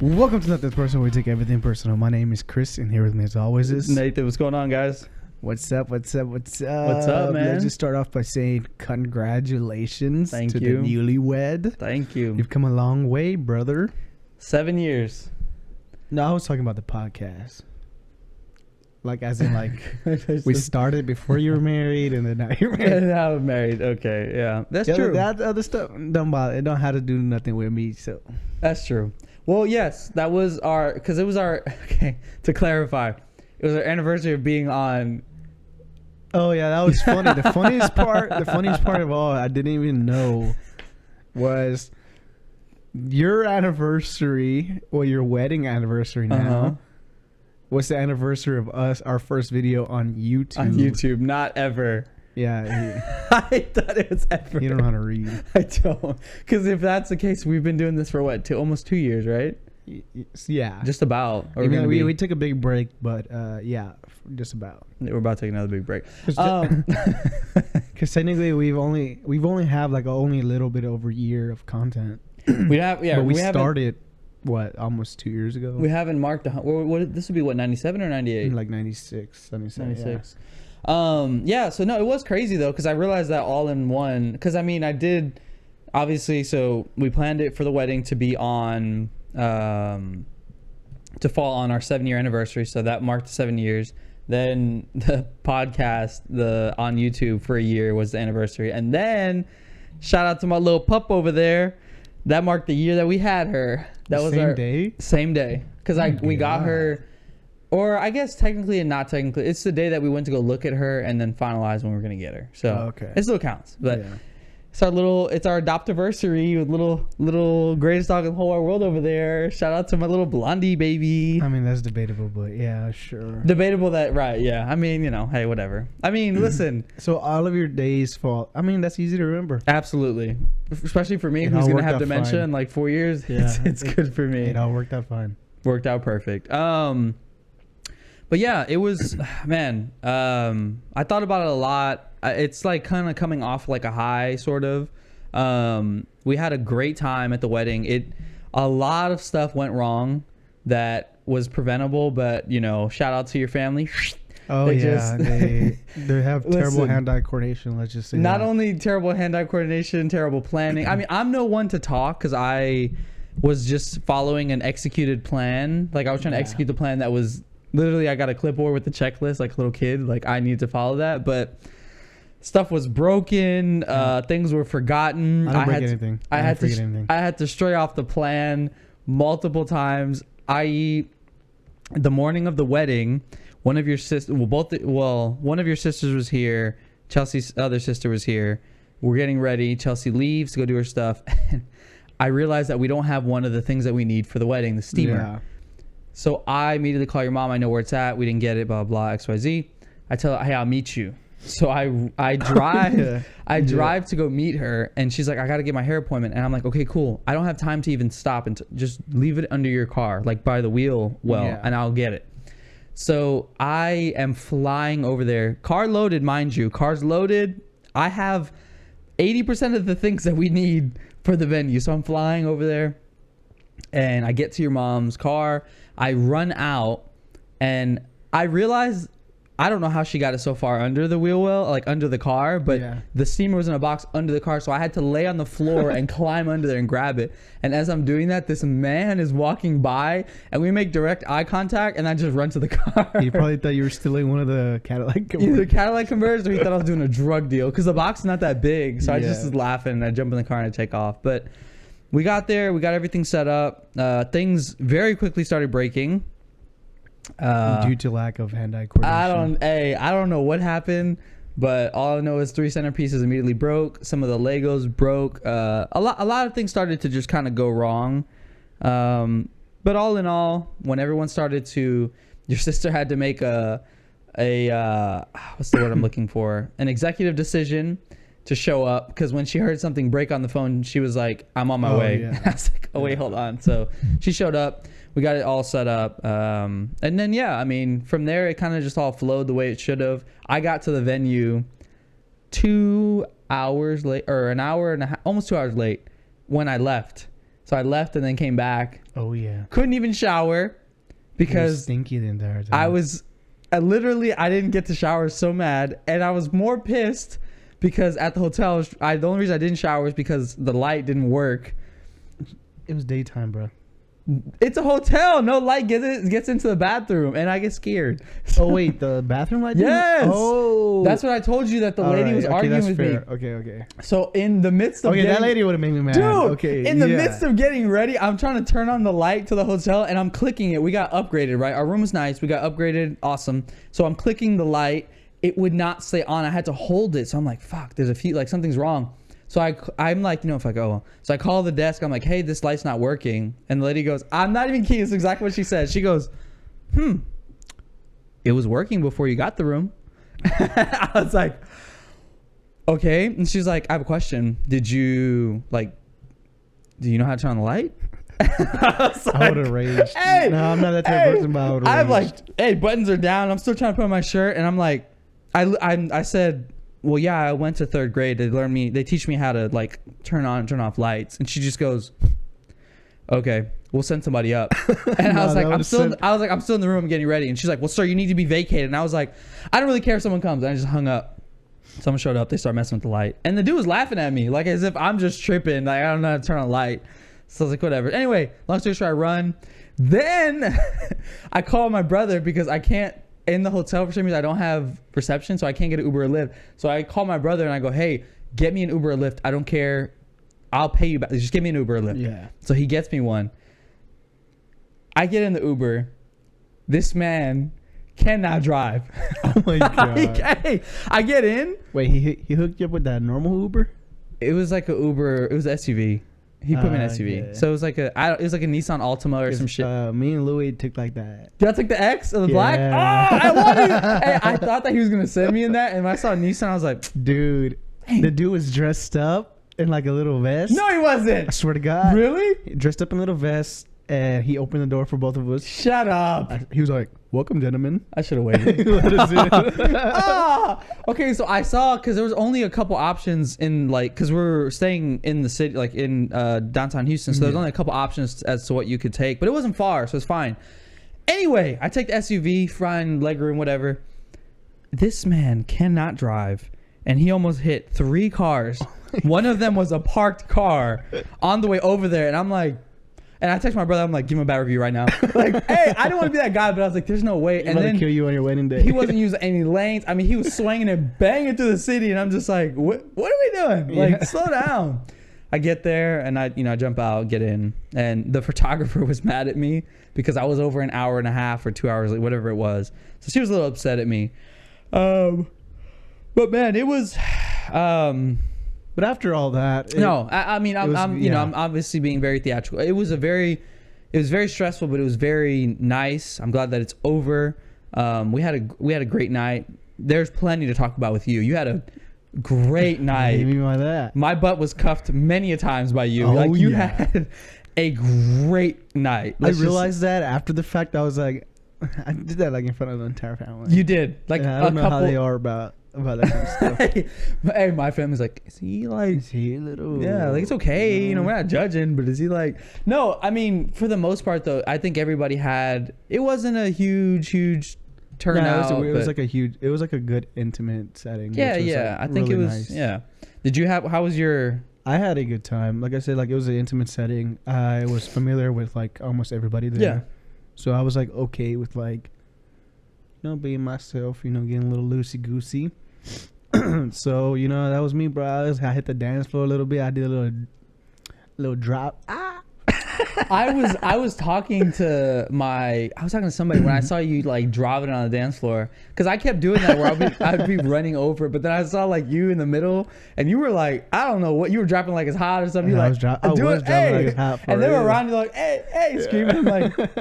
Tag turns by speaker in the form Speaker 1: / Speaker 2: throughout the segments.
Speaker 1: Welcome to Not That Personal. We take everything personal. My name is Chris, and here with me as always is
Speaker 2: Nathan, what's going on, guys?
Speaker 1: What's up? What's up? What's up?
Speaker 2: What's up, man?
Speaker 1: Let's just start off by saying congratulations
Speaker 2: Thank
Speaker 1: to
Speaker 2: you.
Speaker 1: the newlywed.
Speaker 2: Thank you.
Speaker 1: You've come a long way, brother.
Speaker 2: Seven years.
Speaker 1: No, I was talking about the podcast. Like as in like we started before you were married, and then now you're married.
Speaker 2: now we're married. Okay, yeah, that's
Speaker 1: The other-
Speaker 2: true.
Speaker 1: That other stuff don't bother. It don't have to do nothing with me. So
Speaker 2: That's true. Well, yes, that was our because it was our okay. To clarify, it was our anniversary of being on.
Speaker 1: Oh yeah, that was funny. The funniest part, the funniest part of all, I didn't even know, was your anniversary or your wedding anniversary now
Speaker 2: Uh-huh.
Speaker 1: was the anniversary of us our first video on YouTube.
Speaker 2: on YouTube. Not ever.
Speaker 1: Yeah,
Speaker 2: I thought it was ever.
Speaker 1: you, you don't know how to read.
Speaker 2: I don't. Because if that's the case, we've been doing this for what? Two, almost two years, right?
Speaker 1: Y- y- Yeah,
Speaker 2: Just about. Or
Speaker 1: Even
Speaker 2: we're,
Speaker 1: though
Speaker 2: gonna
Speaker 1: we,
Speaker 2: be-
Speaker 1: we took a big break, but uh, yeah, f- just about.
Speaker 2: we're about to take another big break.
Speaker 1: Because
Speaker 2: Um,
Speaker 1: technically, we've only we've only have like only a little bit over a year of content.
Speaker 2: we have. Yeah,
Speaker 1: but we,
Speaker 2: haven't-
Speaker 1: started what almost two years ago.
Speaker 2: We haven't marked the. hun- What, what, this would be what ninety seven or ninety eight.
Speaker 1: In like 96 97 yeah.
Speaker 2: 96
Speaker 1: Mm-hmm.
Speaker 2: um yeah so no it was crazy though because i realized that all in one because i mean i did obviously so we planned it for the wedding to be on um to fall on our seven year anniversary so that marked seven years then the podcast the on youtube for a year was the anniversary and then shout out to my little pup over there that marked the year that we had her that
Speaker 1: The
Speaker 2: was
Speaker 1: same
Speaker 2: our
Speaker 1: day
Speaker 2: same day because I
Speaker 1: Oh,
Speaker 2: we got
Speaker 1: God.
Speaker 2: her, or I guess technically and not technically, it's the day that we went to go look at her and then finalize when we are gonna get her. So
Speaker 1: Okay.
Speaker 2: it still counts, but
Speaker 1: yeah.
Speaker 2: it's our little, it's our adoptiversary with little little greatest dog in the whole wide world over there. Shout out to my little blondie baby.
Speaker 1: i mean that's debatable but yeah sure
Speaker 2: Debatable that right? Yeah, I mean you know, hey whatever. I
Speaker 1: Mm-hmm.
Speaker 2: mean listen,
Speaker 1: so all of your days fall i mean that's easy to remember
Speaker 2: absolutely, especially for me
Speaker 1: It
Speaker 2: who's
Speaker 1: all
Speaker 2: gonna
Speaker 1: worked
Speaker 2: have
Speaker 1: out
Speaker 2: dementia
Speaker 1: fine.
Speaker 2: in like four years.
Speaker 1: Yeah,
Speaker 2: it's, it's
Speaker 1: it-
Speaker 2: good for me.
Speaker 1: it all worked out fine
Speaker 2: worked out perfect. Um, but yeah, it was man. Um, I thought about it a lot. I- It's like kind of coming off like a high, sort of. Um, we had a great time at the wedding. It a lot of stuff went wrong that was preventable, but you know, shout out to your family.
Speaker 1: oh
Speaker 2: They
Speaker 1: yeah
Speaker 2: just-
Speaker 1: they they have terrible
Speaker 2: Listen.
Speaker 1: hand-eye coordination let's just say
Speaker 2: Not
Speaker 1: that.
Speaker 2: only terrible hand-eye coordination, terrible planning. I mean, I'm no one to talk because I was just following an executed plan. Like I was trying
Speaker 1: Yeah.
Speaker 2: to execute the plan that was literally I got a clipboard with the checklist, like a little kid. Like I need to follow that, but stuff was broken. Uh, things were forgotten.
Speaker 1: i don't break
Speaker 2: had to-
Speaker 1: anything
Speaker 2: I
Speaker 1: don't
Speaker 2: had to
Speaker 1: forget anything
Speaker 2: I had to stray off the plan multiple times. e I.e., the morning of the wedding, one of your sisters, well, both, well, one of your sisters was here. Chelsea's other sister was here. We're getting ready. Chelsea leaves to go do her stuff, and I realized that we don't have one of the things that we need for the wedding, the steamer. So I immediately call your mom. I know where it's at. We didn't get it. Blah blah. X Y Z. I tell her, hey, I'll meet you. So I I drive
Speaker 1: Yeah.
Speaker 2: I
Speaker 1: Yeah.
Speaker 2: drive to go meet her, and she's like, I gotta get my hair appointment, and I'm like, okay, cool. I don't have time to even stop and t- just leave it under your car, like by the wheel well,
Speaker 1: Yeah.
Speaker 2: and I'll get it. So I am flying over there, car loaded, mind you, cars loaded. I have 80% of the things that we need for the venue, so I'm flying over there and I get to your mom's car. I run out and I realize I don't know how she got it so far under the wheel well, like under the car, but
Speaker 1: Yeah.
Speaker 2: the steamer was in a box under the car, so I had to lay on the floor and climb under there and grab it. And as I'm doing that, this man is walking by and we make direct eye contact and I just run to the car.
Speaker 1: you probably thought you were stealing one of the cadillac
Speaker 2: Either
Speaker 1: commercials.
Speaker 2: Cadillac converged or he thought I was doing a drug deal because the box is not that big. So I just
Speaker 1: Yeah.
Speaker 2: was laughing and I jump in the car and I take off. But we got there, we got everything set up. Uh, things very quickly started breaking. Uh,
Speaker 1: due to lack of hand-eye coordination
Speaker 2: I don't. Hey, I don't know what happened, but all I know is three centerpieces immediately broke. Some of the Legos broke. Uh, a lot. A lot of things started to just kind of go wrong. Um, but all in all, when everyone started to, your sister had to make a, a uh, what's the word I'm looking for? An executive decision to show up because when she heard something break on the phone, she was like, "I'm on my
Speaker 1: Oh,
Speaker 2: way."
Speaker 1: yeah.
Speaker 2: I was like, "Oh wait, hold on." So she showed up. We got it all set up, um, and then yeah, I mean, from there it kind of just all flowed the way it should have. I got to the venue two hours late, or an hour and a half, almost two hours late when I left. So I left and then came back.
Speaker 1: Oh yeah.
Speaker 2: Couldn't even shower
Speaker 1: Because
Speaker 2: because
Speaker 1: stinky in there.
Speaker 2: I was I literally I didn't get to shower so mad and I was more pissed because at the hotel I the only reason I didn't shower is because the light didn't work.
Speaker 1: It was daytime, bro.
Speaker 2: It's a hotel, no light gets in- gets into the bathroom and I get scared.
Speaker 1: Oh wait, the bathroom light. didn't-
Speaker 2: Yes!
Speaker 1: Oh.
Speaker 2: That's what I told you that the
Speaker 1: All
Speaker 2: lady
Speaker 1: right,
Speaker 2: was
Speaker 1: okay,
Speaker 2: arguing
Speaker 1: that's
Speaker 2: with me.
Speaker 1: fair. Okay, okay.
Speaker 2: So in the midst of
Speaker 1: okay, that
Speaker 2: getting-
Speaker 1: lady would have made me mad.
Speaker 2: Dude,
Speaker 1: okay.
Speaker 2: in the
Speaker 1: yeah.
Speaker 2: midst of getting ready, I'm trying to turn on the light to the hotel and I'm clicking it. We got upgraded, right? Our room was nice. We got upgraded. Awesome. So I'm clicking the light. It would not stay on. I had to hold it. So I'm like, fuck, there's a few, like something's wrong. So I, I'm like, you know, if I go, so I call the desk. I'm like, hey, this light's not working. And the lady goes, I'm not even kidding. It's exactly what she said. She goes, hmm, it was working before you got the room. I was like, okay. And she's like, I have a question. Did you like, do you know how to turn on the light? I was
Speaker 1: I would have raged.
Speaker 2: Hey,
Speaker 1: no, I'm not that type
Speaker 2: hey,
Speaker 1: of person. But I would
Speaker 2: I'm
Speaker 1: have
Speaker 2: like, hey, buttons are down. I'm still trying to put on my shirt, and I'm like, I, I, I said, well, yeah, I went to third grade. They learned me. They teach me how to like turn on and turn off lights. And she just goes, okay, we'll send somebody up. And
Speaker 1: No,
Speaker 2: I
Speaker 1: that
Speaker 2: was like, I'm
Speaker 1: would've
Speaker 2: still,
Speaker 1: sent-
Speaker 2: I was like, I'm still in the room getting ready. And she's like, well, sir, you need to be vacated. And I was like, I don't really care if someone comes. And I just hung up. Someone showed up. They started messing with the light, and the dude was laughing at me like as if I'm just tripping. Like I don't know how to turn on a light. So I was like, whatever. Anyway, long story short, I run. Then I call my brother because I can't in the hotel for some reason. I don't have reception, so I can't get an Uber or Lyft. So I call my brother and I go, hey, get me an Uber or Lyft. I don't care. I'll pay you back. Just give me an Uber or Lyft.
Speaker 1: Yeah.
Speaker 2: So he gets me one. I get in the Uber. This man cannot drive.
Speaker 1: Oh my god.
Speaker 2: hey, I get in.
Speaker 1: Wait, he he hooked you up with that normal Uber?
Speaker 2: It was like a Uber. It was a SUV. He put me in
Speaker 1: Ah,
Speaker 2: an SUV.
Speaker 1: okay.
Speaker 2: So it was like a. I don't, it was like a Nissan Altima or
Speaker 1: If,
Speaker 2: some shit.
Speaker 1: Uh, me and Louis took like that.
Speaker 2: Did I take the X or the black? Oh,
Speaker 1: Yeah.
Speaker 2: I wanted. hey, I thought that he was gonna send me in that, and when I saw Nissan, I was like,
Speaker 1: Dude,
Speaker 2: Dang.
Speaker 1: the dude was dressed up in like a little vest.
Speaker 2: no, he
Speaker 1: I
Speaker 2: wasn't.
Speaker 1: swear to God.
Speaker 2: Really?
Speaker 1: Dressed up in a little vest, and he opened the door for both of us.
Speaker 2: Shut up.
Speaker 1: I- He was like, "Welcome, gentlemen."
Speaker 2: I should have waited.
Speaker 1: Let us in.
Speaker 2: ah! Okay, so I saw because there was only a couple options in like because we are staying in the city, like in uh, downtown Houston. So there's only a couple options as to what you could take, but it wasn't far, so it's fine. Anyway, I take the SUV, frying legroom, whatever. This man cannot drive, and he almost hit three cars. One of them was a parked car on the way over there, and I'm like. And I text my brother. I'm like, give him a bad review right now. Like, hey, I didn't want to be that guy, but I was like, there's no way.
Speaker 1: I'm
Speaker 2: And
Speaker 1: gonna
Speaker 2: then
Speaker 1: kill you on your wedding day.
Speaker 2: he wasn't using any lanes. I mean, he was swinging and banging through the city, and I'm just like, what? What are we doing? Like,
Speaker 1: Yeah.
Speaker 2: slow down. I get there and I, you know, I jump out, get in, and the photographer was mad at me because I was over an hour and a half or two hours, like whatever it was. So she was a little upset at me. Um, but man, it was, um,
Speaker 1: But after all that, it-
Speaker 2: no, I, I mean, I'm,
Speaker 1: was-
Speaker 2: I'm you know,
Speaker 1: yeah.
Speaker 2: I'm obviously being very theatrical. It was a very, it was very stressful, but it was very nice. I'm glad that it's over. Um, we had a we had a great night. There's plenty to talk about with you. You had a great
Speaker 1: you
Speaker 2: night.
Speaker 1: mean by that?
Speaker 2: My butt was cuffed many a times by you.
Speaker 1: Oh,
Speaker 2: like you
Speaker 1: yeah.
Speaker 2: had a great night.
Speaker 1: I
Speaker 2: Let's just-
Speaker 1: realized that after the fact. I was like, I did that like in front of the entire family.
Speaker 2: you did like
Speaker 1: And I
Speaker 2: a
Speaker 1: don't know
Speaker 2: couple.
Speaker 1: how they are about about that kind of stuff.
Speaker 2: hey, my family's like, is he like
Speaker 1: Is he a little?
Speaker 2: Yeah, like it's okay. You know, we're not judging, but is he like? No, I mean, for the most part, though, I think everybody had. It wasn't a huge, huge turnout.
Speaker 1: Yeah, it was, a- it was
Speaker 2: but-
Speaker 1: like a huge. It was like a good intimate setting.
Speaker 2: yeah,
Speaker 1: which was,
Speaker 2: yeah.
Speaker 1: like,
Speaker 2: I think
Speaker 1: really
Speaker 2: it was.
Speaker 1: nice.
Speaker 2: Yeah. Did you have? How was your?
Speaker 1: I had a good time. Like I said, like it was an intimate setting. I was familiar with like almost everybody there.
Speaker 2: Yeah.
Speaker 1: So I was like okay with like, you know, being myself. You know, getting a little loosey goosey. so you know that was me, bro. I, was- I hit the dance floor a little bit. I did a little, little drop. Ah,
Speaker 2: I was. I was talking to my. I was talking to somebody when I saw you like driving on the dance floor because I kept doing that where I'd be, I'd be running over, but then I saw like you in the middle and you were like, I don't know what you were dropping like it's hot or something.
Speaker 1: Yeah,
Speaker 2: You're
Speaker 1: I
Speaker 2: like,
Speaker 1: was dro- I
Speaker 2: "Do
Speaker 1: was
Speaker 2: it,
Speaker 1: dropping like
Speaker 2: hey."
Speaker 1: it's hot for
Speaker 2: And they were
Speaker 1: real.
Speaker 2: around you like, hey, hey, screaming. I'm like,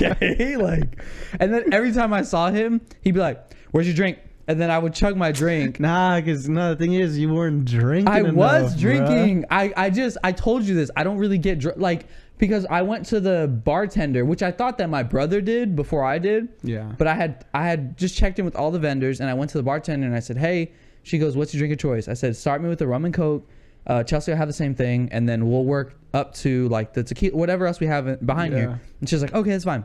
Speaker 2: okay, like, and then every time I saw him, he'd be like, "Where's your drink?" And then I would chug my drink.
Speaker 1: nah, cause no. The thing is, you weren't drinking.
Speaker 2: I was
Speaker 1: enough, bruh.
Speaker 2: drinking. I I just I told you this. I don't really get dr- like because I went to the bartender, which I thought that my brother did before I did.
Speaker 1: Yeah.
Speaker 2: But I had I had just checked in with all the vendors, and I went to the bartender and I said, "Hey," she goes, "What's your drink of choice?" I said, "Start me with a rum and coke." Uh, Chelsea will have the same thing, and then we'll work up to like the tequila, whatever else we have in- behind
Speaker 1: Yeah.
Speaker 2: here. And she's like, okay, that's fine.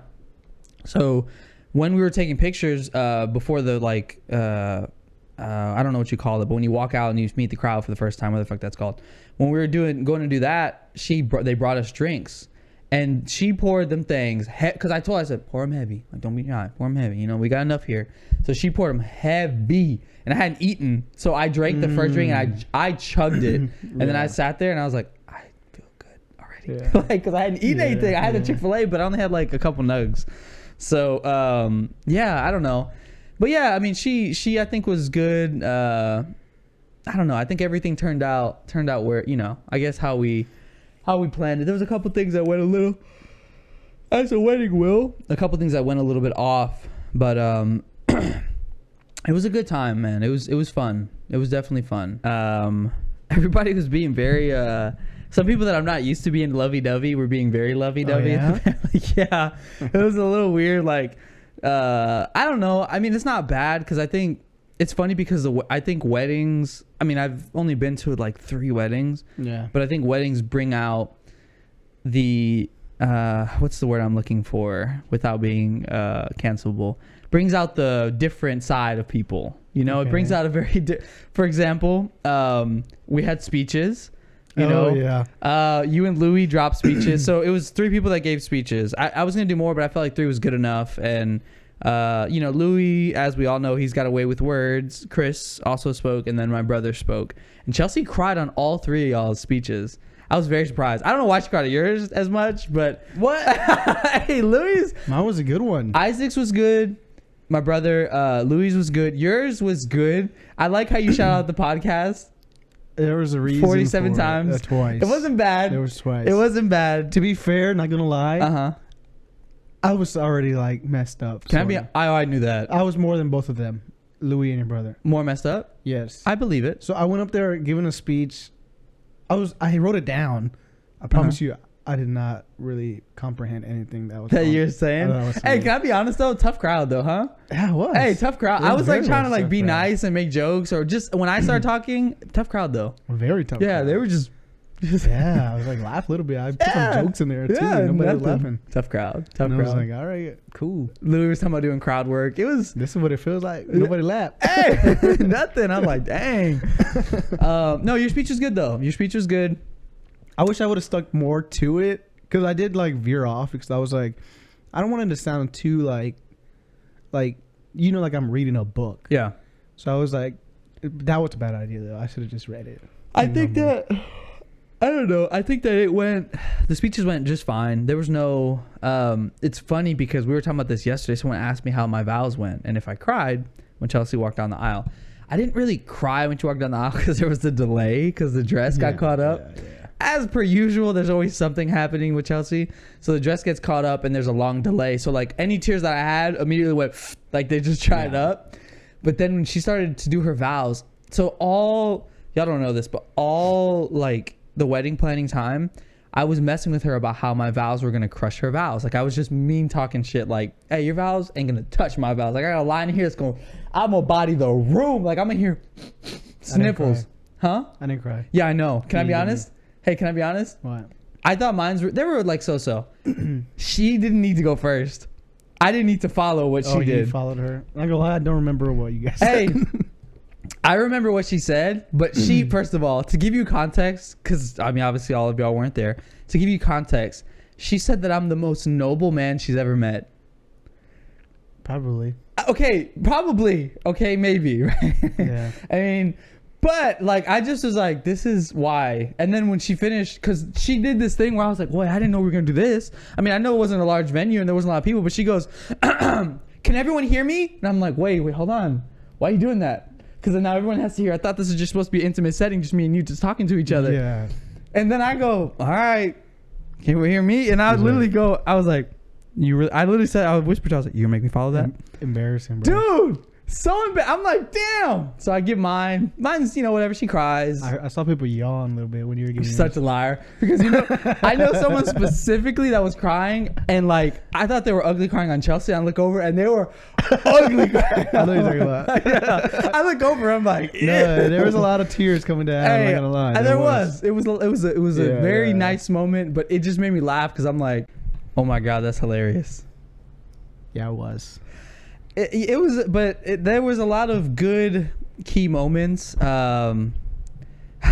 Speaker 2: So when we were taking pictures uh, before the like, uh, uh, I don't know what you call it, but when you walk out and you meet the crowd for the first time, what the fuck that's called. When we were doing going to do that, she br- they brought us drinks. And she poured them things because I told her I said pour them heavy, like don't be shy, pour them heavy. You know we got enough here, so she poured them heavy, and I hadn't eaten, so I drank the first drink and I I chugged it, and then
Speaker 1: Mm. Yeah.
Speaker 2: I sat there and I was like I feel good already,
Speaker 1: Yeah.
Speaker 2: like because I hadn't eaten
Speaker 1: Yeah,
Speaker 2: anything. I had a
Speaker 1: yeah.
Speaker 2: Chick Fil A, but I only had like a couple nugs, so um yeah I don't know, but yeah I mean she she I think was good. Uh, I don't know. I think everything turned out turned out where you know. I guess how we how we planned it. There was a couple things that went a little as a wedding will. A couple things that went a little bit off, but um, it was a good time, man. It was it was fun. It was definitely fun. Um, everybody was being very uh. Some people that I'm not used to being lovey-dovey were being very lovey-dovey.
Speaker 1: yeah?
Speaker 2: yeah, it was a little weird. Like, uh, I don't know. I mean, it's not bad because I think it's funny because the, we- I think weddings. I mean, I've only been to like three weddings,
Speaker 1: Yeah.
Speaker 2: but I think weddings bring out the uh, what's the word I'm looking for without being uh, cancelable. Brings out the different side of people. You know, it brings
Speaker 1: Okay.
Speaker 2: out a very. Di- for example, um, we had speeches. You
Speaker 1: oh,
Speaker 2: know,
Speaker 1: yeah.
Speaker 2: uh, you and Louis dropped speeches. so it was three people that gave speeches. I, I was gonna do more, but I felt like three was good enough. And uh, you know, Louis, as we all know, he's got a way with words. Chris also spoke, and then my brother spoke. And Chelsea cried on all three of y'all's speeches. I was very surprised. I don't know why she cried at yours as much, but what? hey, Louis,
Speaker 1: Mine was a good one.
Speaker 2: Isaac's was good. My brother uh, Louis was good. Yours was good. I like how you shout out the podcast.
Speaker 1: there was a reason.
Speaker 2: 47
Speaker 1: for it.
Speaker 2: times.
Speaker 1: Uh, twice.
Speaker 2: It wasn't bad.
Speaker 1: There was twice.
Speaker 2: it wasn't bad.
Speaker 1: To be fair, not gonna lie,
Speaker 2: Uh huh.
Speaker 1: I was already like messed up.
Speaker 2: Can I be?
Speaker 1: sorta.
Speaker 2: I, I knew that.
Speaker 1: I was more than both of them, Louis and your brother.
Speaker 2: More messed up.
Speaker 1: Yes.
Speaker 2: I believe it.
Speaker 1: so I went up there giving a speech. I was. I wrote it down. I promise you, I did not really comprehend anything that was.
Speaker 2: Uh-huh. That
Speaker 1: on-
Speaker 2: you're
Speaker 1: I
Speaker 2: saying.
Speaker 1: don't know what's
Speaker 2: Hey,
Speaker 1: on
Speaker 2: can I be honest though? Tough crowd though, huh?
Speaker 1: it. yeah, it was.
Speaker 2: Hey, tough crowd.
Speaker 1: It
Speaker 2: I
Speaker 1: was
Speaker 2: was like
Speaker 1: very
Speaker 2: trying to
Speaker 1: much
Speaker 2: like
Speaker 1: tough
Speaker 2: be
Speaker 1: crowd.
Speaker 2: nice and make jokes, or just when I started talking, tough crowd though.
Speaker 1: very tough.
Speaker 2: Yeah,
Speaker 1: crowd.
Speaker 2: they were just.
Speaker 1: Yeah, I was like laugh a little bit. I put
Speaker 2: Yeah.
Speaker 1: some jokes in there too.
Speaker 2: Yeah,
Speaker 1: and nobody was
Speaker 2: nothing.
Speaker 1: laughing.
Speaker 2: Tough crowd. Tough
Speaker 1: and I
Speaker 2: crowd.
Speaker 1: was like, all right,
Speaker 2: cool. Louis was talking about doing crowd work. It was
Speaker 1: this is what it feels like. Nobody laughed.
Speaker 2: hey nothing. I'm like dang. um, no, your speech was good though. Your speech was good.
Speaker 1: I wish I would have stuck more to it because I did like veer off because I was like, I don't want it to sound too like, like you know, like I'm reading a book.
Speaker 2: Yeah.
Speaker 1: So I was like, that was a bad idea though. I should have just read it.
Speaker 2: I
Speaker 1: And
Speaker 2: think
Speaker 1: I'm-
Speaker 2: that I don't know. I think that it went. The speeches went just fine. There was no. Um, it's funny because we were talking about this yesterday. Someone asked me how my vows went and if I cried when Chelsea walked down the aisle. I didn't really cry when she walked down the aisle because there was the delay because the dress got
Speaker 1: Yeah,
Speaker 2: caught up
Speaker 1: yeah, yeah.
Speaker 2: as per usual, there's always something happening with Chelsea. So the dress gets caught up and there's a long delay. So like any tears that I had immediately went like they just dried
Speaker 1: Yeah.
Speaker 2: up. But then when she started to do her vows, so all y'all don't know this, but all like the wedding planning time, I was messing with her about how my vows were gonna crush her vows. Like I was just mean talking shit. Like, hey, your vows ain't gonna touch my vows. Like I got a line here that's going, I'm gonna body the room. Like I'm gonna hear sniffles, huh?
Speaker 1: I didn't cry.
Speaker 2: Yeah, I know. Can I be
Speaker 1: Yeah.
Speaker 2: honest? Hey, can I be honest?
Speaker 1: What?
Speaker 2: I thought mine's were, they were like so so. she didn't need to go first. I didn't need to follow what
Speaker 1: oh,
Speaker 2: she
Speaker 1: you
Speaker 2: did.
Speaker 1: followed her. Like a lot. I don't remember what you guys.
Speaker 2: hey, I remember what she said, but she
Speaker 1: Mm-hmm.
Speaker 2: first of all, to give you context, because I mean obviously all of y'all weren't there. To give you context, she said that I'm the most noble man she's ever met.
Speaker 1: probably.
Speaker 2: Uh, Okay, probably. Okay, maybe. Right?
Speaker 1: Yeah.
Speaker 2: I mean, but like I just was like, this is why. And then when she finished, because she did this thing where I was like, wait, I didn't know we were gonna do this. I mean, I know it wasn't a large venue and there wasn't a lot of people, but she goes, "Can everyone hear me?" And I'm like, wait, wait, hold on. Why are you doing that? Because then now everyone has to hear. I thought this was just supposed to be an intimate setting, just me and you just talking to each other.
Speaker 1: Yeah.
Speaker 2: And then I go, all right, can you hear me? And I
Speaker 1: He's
Speaker 2: literally
Speaker 1: like-
Speaker 2: go, I was like, you really, I literally said, I whispered, I was like, you're gonna make me follow that?
Speaker 1: Em- embarrassing, bro.
Speaker 2: Dude, So emba- I'm like, damn. So I give mine. Mine's, you know, whatever. She cries.
Speaker 1: I, I saw people yawn a little bit when you were
Speaker 2: You're
Speaker 1: giving.
Speaker 2: such a liar because you know I know someone specifically that was crying and like I thought they were ugly crying on Chelsea. I look over and they were ugly. Crying.
Speaker 1: I know what you're talking
Speaker 2: yeah. I look over. I'm like,
Speaker 1: No, there was a lot of tears coming down. I'm
Speaker 2: Hey,
Speaker 1: not gonna lie.
Speaker 2: and there was. It was. It was. A, it was a
Speaker 1: Yeah,
Speaker 2: very
Speaker 1: yeah.
Speaker 2: nice moment, but it just made me laugh because I'm like, oh my god, that's hilarious.
Speaker 1: Yeah, it was.
Speaker 2: It, it was, but it, there was a lot of good key moments. Um,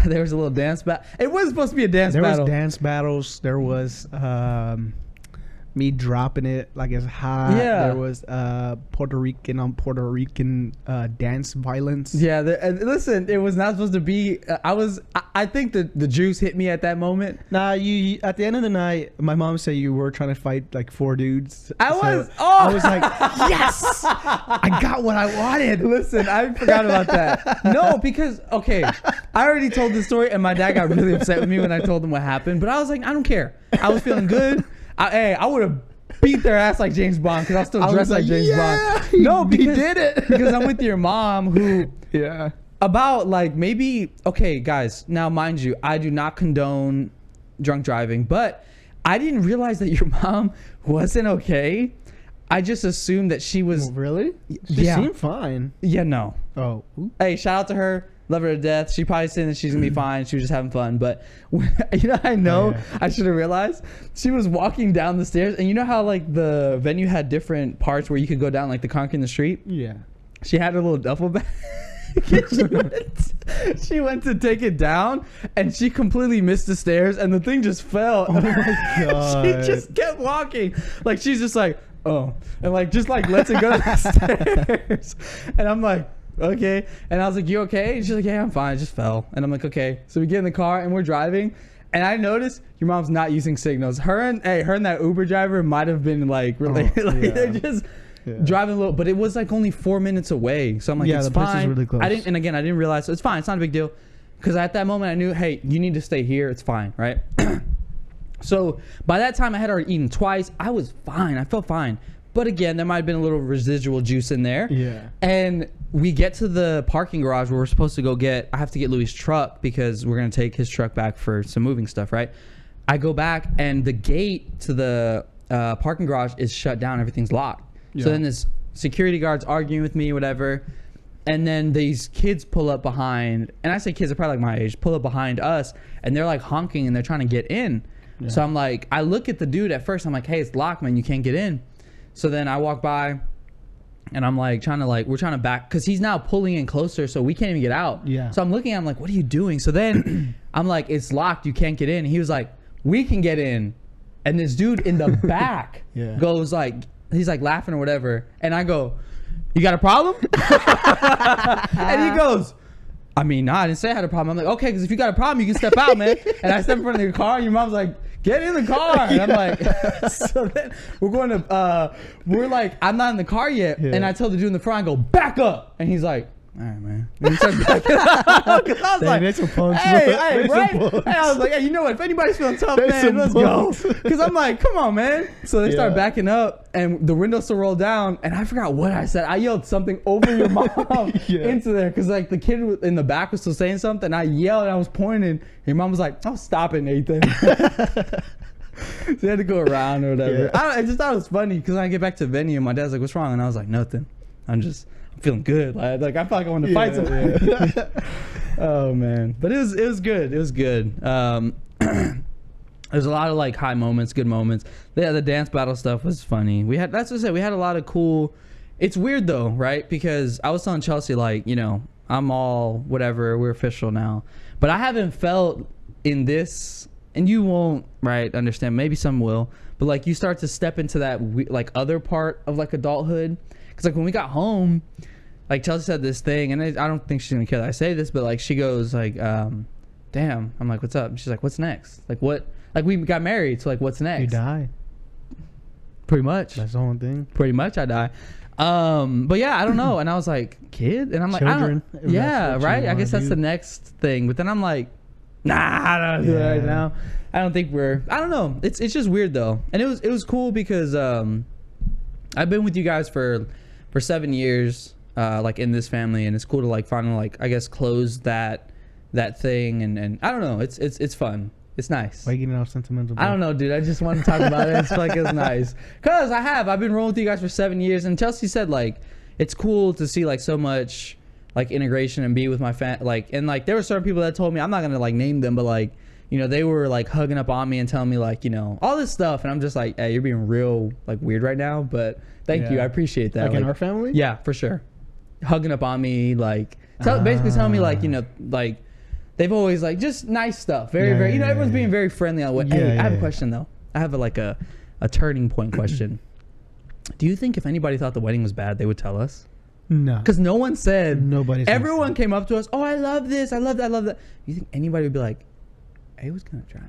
Speaker 2: there was a little dance battle. It was supposed to be a dance
Speaker 1: there
Speaker 2: battle.
Speaker 1: was dance battles. There was um, me dropping it like it's hot.
Speaker 2: Yeah.
Speaker 1: There was uh, Puerto Rican on Puerto Rican uh, dance violence.
Speaker 2: Yeah, the, and listen, it was not supposed to be. Uh, I was, I, I think the the juice hit me at that moment.
Speaker 1: Nah, you, you- At the end of the night, my mom said you were trying to fight like four dudes.
Speaker 2: I
Speaker 1: So
Speaker 2: was,
Speaker 1: I
Speaker 2: oh,
Speaker 1: was like, yes, I got what I wanted.
Speaker 2: listen, I forgot about that. No, because okay, I already told the story, and my dad got really upset with me when I told him what happened. But I was like, I don't care. I was feeling good. I, hey, I would have beat their ass like James Bond because I was still
Speaker 1: I was
Speaker 2: dressed like,
Speaker 1: like,
Speaker 2: James
Speaker 1: yeah,
Speaker 2: Bond.
Speaker 1: he-
Speaker 2: No,
Speaker 1: he
Speaker 2: because
Speaker 1: did it.
Speaker 2: because I'm with your mom who
Speaker 1: Yeah.
Speaker 2: about like maybe okay guys now mind you i do not condone drunk driving but i didn't realize that your mom wasn't okay i just assumed that she was
Speaker 1: Really? She
Speaker 2: Yeah.
Speaker 1: seemed fine.
Speaker 2: yeah no
Speaker 1: Oh. oop.
Speaker 2: hey shout out to her love her to death she probably saying that she's gonna be fine she was just having fun but you know i know
Speaker 1: Mm-hmm. Oh, yeah.
Speaker 2: i should have realized she was walking down the stairs and you know how like the venue had different parts where you could go down like the concrete in the street
Speaker 1: Yeah.
Speaker 2: she had her little duffel bag. And she, went, she went to take it down and she completely missed the stairs and the thing just fell. Oh
Speaker 1: my God.
Speaker 2: she just kept walking. Like she's just like, oh. And like just like lets it go to the stairs. And I'm like, okay. And I was like, you okay? And she's like, yeah, I'm fine. It just fell. And I'm like, okay. So we get in the car and we're driving. And I noticed your mom's not using signals. Her and hey, her and that Uber driver might have been like related. like
Speaker 1: Oh, yeah.
Speaker 2: they're just
Speaker 1: Yeah.
Speaker 2: driving a little, but it was like only four minutes away. So I'm like,
Speaker 1: Yeah,
Speaker 2: it's
Speaker 1: the place is
Speaker 2: fine.
Speaker 1: really close.
Speaker 2: I didn't, and again, I didn't realize so it's fine. It's not a big deal, because at that moment I knew, hey, you need to stay here. It's fine, right? so by that time I had already eaten twice. I was fine. I felt fine. But again, there might have been a little residual juice in there.
Speaker 1: Yeah.
Speaker 2: And we get to the parking garage where we're supposed to go get. I have to get Louis' truck because we're gonna take his truck back for some moving stuff, right? I go back and the gate to the uh, parking garage is shut down. Everything's locked.
Speaker 1: Yeah.
Speaker 2: So then this security guard's arguing with me, whatever. And then these kids pull up behind, and I say kids are probably like my age, pull up behind us, and they're like honking and they're trying to get in. So I'm like, I look at the dude at first. I'm like, hey, it's locked, man. You can't get in. So then I walk by, and I'm like trying to like we're trying to back because he's now pulling in closer, so we can't even get out.
Speaker 1: Yeah.
Speaker 2: So I'm looking at him like, what are you doing? So then I'm like, it's locked, you can't get in. He was like, we can get in, and this dude in the back
Speaker 1: Yeah.
Speaker 2: goes like, he's like laughing or whatever, and I go, you got a problem? and he goes. I mean, nah, I didn't say I had a problem. I'm like, okay, because if you got a problem, you can step out, man. and I step in front of your car, and your mom's like, get in the car. And I'm like, so then we're going to, uh, we're like, I'm not in the car yet.
Speaker 1: Yeah.
Speaker 2: And I tell the dude in the front, I go, back up. And he's like, all right, man. And he starts backing up. 'Cause I was
Speaker 1: Dang,
Speaker 2: like,
Speaker 1: that's some punks, bro.
Speaker 2: hey, hey,
Speaker 1: That's
Speaker 2: right?
Speaker 1: some punks.
Speaker 2: And I was like, hey, you know what? If anybody's feeling tough,
Speaker 1: That's
Speaker 2: man,
Speaker 1: some
Speaker 2: let's
Speaker 1: punks.
Speaker 2: go. Because I'm like, come on, man. So they start
Speaker 1: Yeah.
Speaker 2: backing up, and the windows to roll down. And I forgot what I said. I yelled something over your mom
Speaker 1: Yeah.
Speaker 2: into there because like the kid wa- in the back was still saying something. I yelled and I was pointing. Your mom was like, "Oh, stop it, Nathan." so they had to go around or whatever.
Speaker 1: Yeah.
Speaker 2: I, don't- I just thought it was funny because I get back to the venue and my dad's like, "What's wrong?" And I was like, "Nothing. I'm just I'm feeling good. Like, like I feel like I want to fight something." oh man, but it was it was good. It was good. Um, there's a lot of like high moments, good moments. Yeah, the dance battle stuff was funny. We had that's what I said. We had a lot of cool. It's weird though, right? Because I was telling Chelsea like, you know, I'm all whatever. We're official now, but I haven't felt in this, and you won't right understand. Maybe some will, but like you start to step into that we- like other part of like adulthood. Because like when we got home, like Chelsea said this thing, and I, I don't think she's gonna care that I say this, but like she goes like, um, "Damn," I'm like, "What's up?" She's like, "What's next?" Like what? Like we got married, so like, what's
Speaker 1: You
Speaker 2: next?
Speaker 1: died.
Speaker 2: Pretty much,
Speaker 1: That's the only thing.
Speaker 2: pretty much, I die. Um, but yeah, I don't know. And I was like, kid, and I'm like, I don't-
Speaker 1: Children, if that's
Speaker 2: yeah,
Speaker 1: what you
Speaker 2: right. I
Speaker 1: wanna
Speaker 2: guess that's
Speaker 1: do.
Speaker 2: the next thing. But then I'm like, nah, I don't wanna do that right
Speaker 1: Yeah.
Speaker 2: now. I don't think we're. I don't know. It's it's just weird though, and it was it was cool because um, I've been with you guys for for seven years. uh, like in this family, and it's cool to like finally like I guess close that that thing, and and I don't know, it's it's it's fun, it's nice.
Speaker 1: Why you getting all sentimental?
Speaker 2: I don't know, dude. I just want to talk about it. It's like it's nice because I have. I've been rolling with you guys for seven years, and Chelsea said like it's cool to see like so much like integration and be with my fan. Like and like there were certain people that told me I'm not gonna like name them, but like you know they were like hugging up on me and telling me like you know all this stuff, and I'm just like, hey, you're being real like weird right now, but thank you,
Speaker 1: Yeah.
Speaker 2: I appreciate that.
Speaker 1: Like, in
Speaker 2: Like,
Speaker 1: our family?
Speaker 2: yeah, for sure. Hugging up on me, like tell, basically telling me like you know like they've always like just nice stuff. Very
Speaker 1: Ah. Yeah,
Speaker 2: very
Speaker 1: yeah,
Speaker 2: you know
Speaker 1: yeah,
Speaker 2: everyone's
Speaker 1: yeah.
Speaker 2: being very friendly on what.
Speaker 1: Yeah,
Speaker 2: hey,
Speaker 1: yeah,
Speaker 2: I have
Speaker 1: yeah.
Speaker 2: a question though. I have a, like a a turning point question. Do you think if anybody thought the wedding was bad, they would tell us?
Speaker 1: No.
Speaker 2: Because no one said.
Speaker 1: Nobody's gonna
Speaker 2: Everyone came up to us. Oh, I love this. I love that. I love that. You think anybody would be like, "It was kind of trash."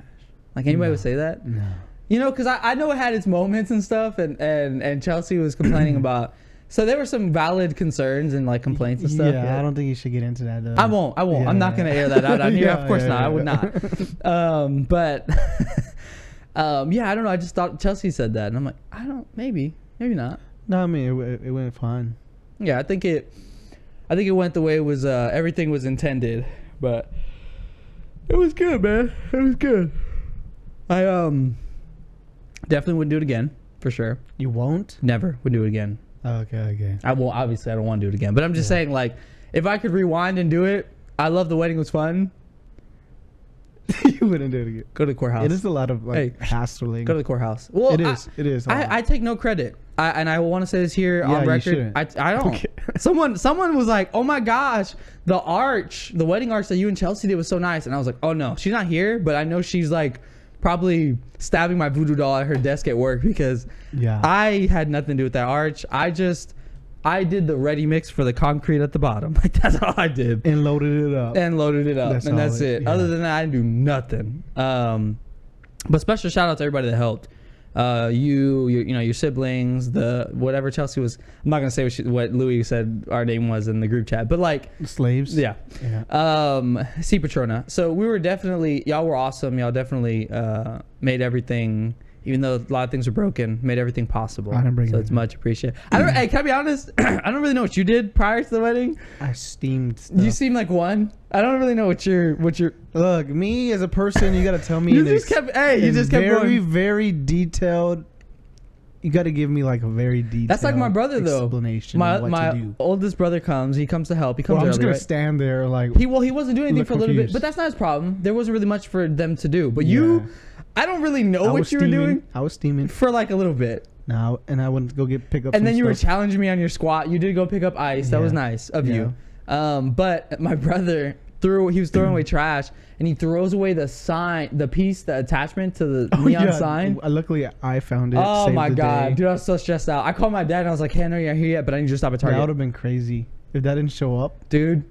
Speaker 2: Like anybody would say that?
Speaker 1: No.
Speaker 2: You know, because I, I know it had its moments and stuff, and, and, and Chelsea was complaining about. So there were some valid concerns and like complaints and stuff.
Speaker 1: yeah, I don't think you should get into that. Though.
Speaker 2: I won't. I won't. I'm not going to air that out on here. of course not. I would not. Um, but um, yeah, I don't know. I just thought Chelsea said that, and I'm like, I don't. Maybe. Maybe not.
Speaker 1: No, I mean it, w- it went fine.
Speaker 2: Yeah, I think it. I think it went the way it was. Uh, everything was intended, but it was good, man. It was good. I um definitely would do it again for sure.
Speaker 1: You won't?
Speaker 2: Never would do it again.
Speaker 1: Oh, Okay, okay.
Speaker 2: I will obviously I don't want to do it again, but I'm just saying like if I could rewind and do it, I love the wedding was fun.
Speaker 1: you wouldn't do it again.
Speaker 2: Go to the courthouse.
Speaker 1: It is a lot of like hassling.
Speaker 2: Go to the courthouse. Well,
Speaker 1: It is.
Speaker 2: I,
Speaker 1: It is.
Speaker 2: I, I take no credit. I, and I want to say this here
Speaker 1: Yeah,
Speaker 2: on
Speaker 1: you
Speaker 2: record.
Speaker 1: shouldn't.
Speaker 2: I, I don't.
Speaker 1: Okay.
Speaker 2: Someone someone was like, "Oh my gosh, the arch, the wedding arch that you and Chelsea did was so nice." And I was like, "Oh no, she's not here, but I know she's like probably stabbing my voodoo doll at her desk at work because
Speaker 1: Yeah.
Speaker 2: I had nothing to do with that arch. I just I did the ready mix for the concrete at the bottom. Like that's all I did
Speaker 1: and loaded it up.
Speaker 2: and loaded it up,
Speaker 1: That's
Speaker 2: and
Speaker 1: all
Speaker 2: that's
Speaker 1: it-
Speaker 2: it.
Speaker 1: yeah.
Speaker 2: Other than that, I didn't do nothing. Um, but special shout out to everybody that helped. Uh, you, your, you know, your siblings, the whatever Chelsea was. I'm not gonna say what, she, what Louis said our name was in the group chat, but like,
Speaker 1: Slaves.
Speaker 2: yeah.
Speaker 1: Yeah.
Speaker 2: Um, see Patrona. So we were definitely y'all were awesome. Y'all definitely uh made everything. Even though a lot of things were broken, made everything possible.
Speaker 1: I didn't bring
Speaker 2: so it's
Speaker 1: anything.
Speaker 2: much appreciated. I don't. hey, can I be honest? I don't really know what you did prior to the wedding.
Speaker 1: I steamed stuff.
Speaker 2: You seem like one. I don't really know what your what your
Speaker 1: Look, me as a person, you gotta tell me.
Speaker 2: You
Speaker 1: in
Speaker 2: just
Speaker 1: ex-
Speaker 2: kept- hey, you
Speaker 1: in
Speaker 2: just kept
Speaker 1: very,
Speaker 2: going.
Speaker 1: very detailed. You gotta give me like a very detailed.
Speaker 2: That's like my brother though.
Speaker 1: Explanation.
Speaker 2: My
Speaker 1: of what
Speaker 2: my
Speaker 1: to do.
Speaker 2: oldest brother comes. He comes to help. He comes
Speaker 1: Well, I'm
Speaker 2: early.
Speaker 1: just gonna
Speaker 2: right?
Speaker 1: stand there like.
Speaker 2: he well he wasn't doing anything
Speaker 1: Look
Speaker 2: for a little bit,
Speaker 1: confused.
Speaker 2: but that's not his problem. There wasn't really much for them to do. But you, I don't really know
Speaker 1: I
Speaker 2: what
Speaker 1: was
Speaker 2: you
Speaker 1: steaming.
Speaker 2: were doing
Speaker 1: I was steaming.
Speaker 2: for like a little bit,
Speaker 1: Now and I wouldn't go get pick up.
Speaker 2: and then you were
Speaker 1: stuff.
Speaker 2: challenging me on your squat. You did go pick up ice. That was
Speaker 1: Yeah.
Speaker 2: nice of you. Um, but my brother threw he was throwing away trash, and he throws away the sign, the piece, the attachment to the neon sign.
Speaker 1: Uh, Luckily, I found it.
Speaker 2: Oh
Speaker 1: saved
Speaker 2: my
Speaker 1: the
Speaker 2: god,
Speaker 1: day.
Speaker 2: dude, I was so stressed out. I called my dad and I was like, "Hey, I know you're not here yet, but I need you to stop at
Speaker 1: that would
Speaker 2: Target,
Speaker 1: have been crazy if that didn't show up.
Speaker 2: dude."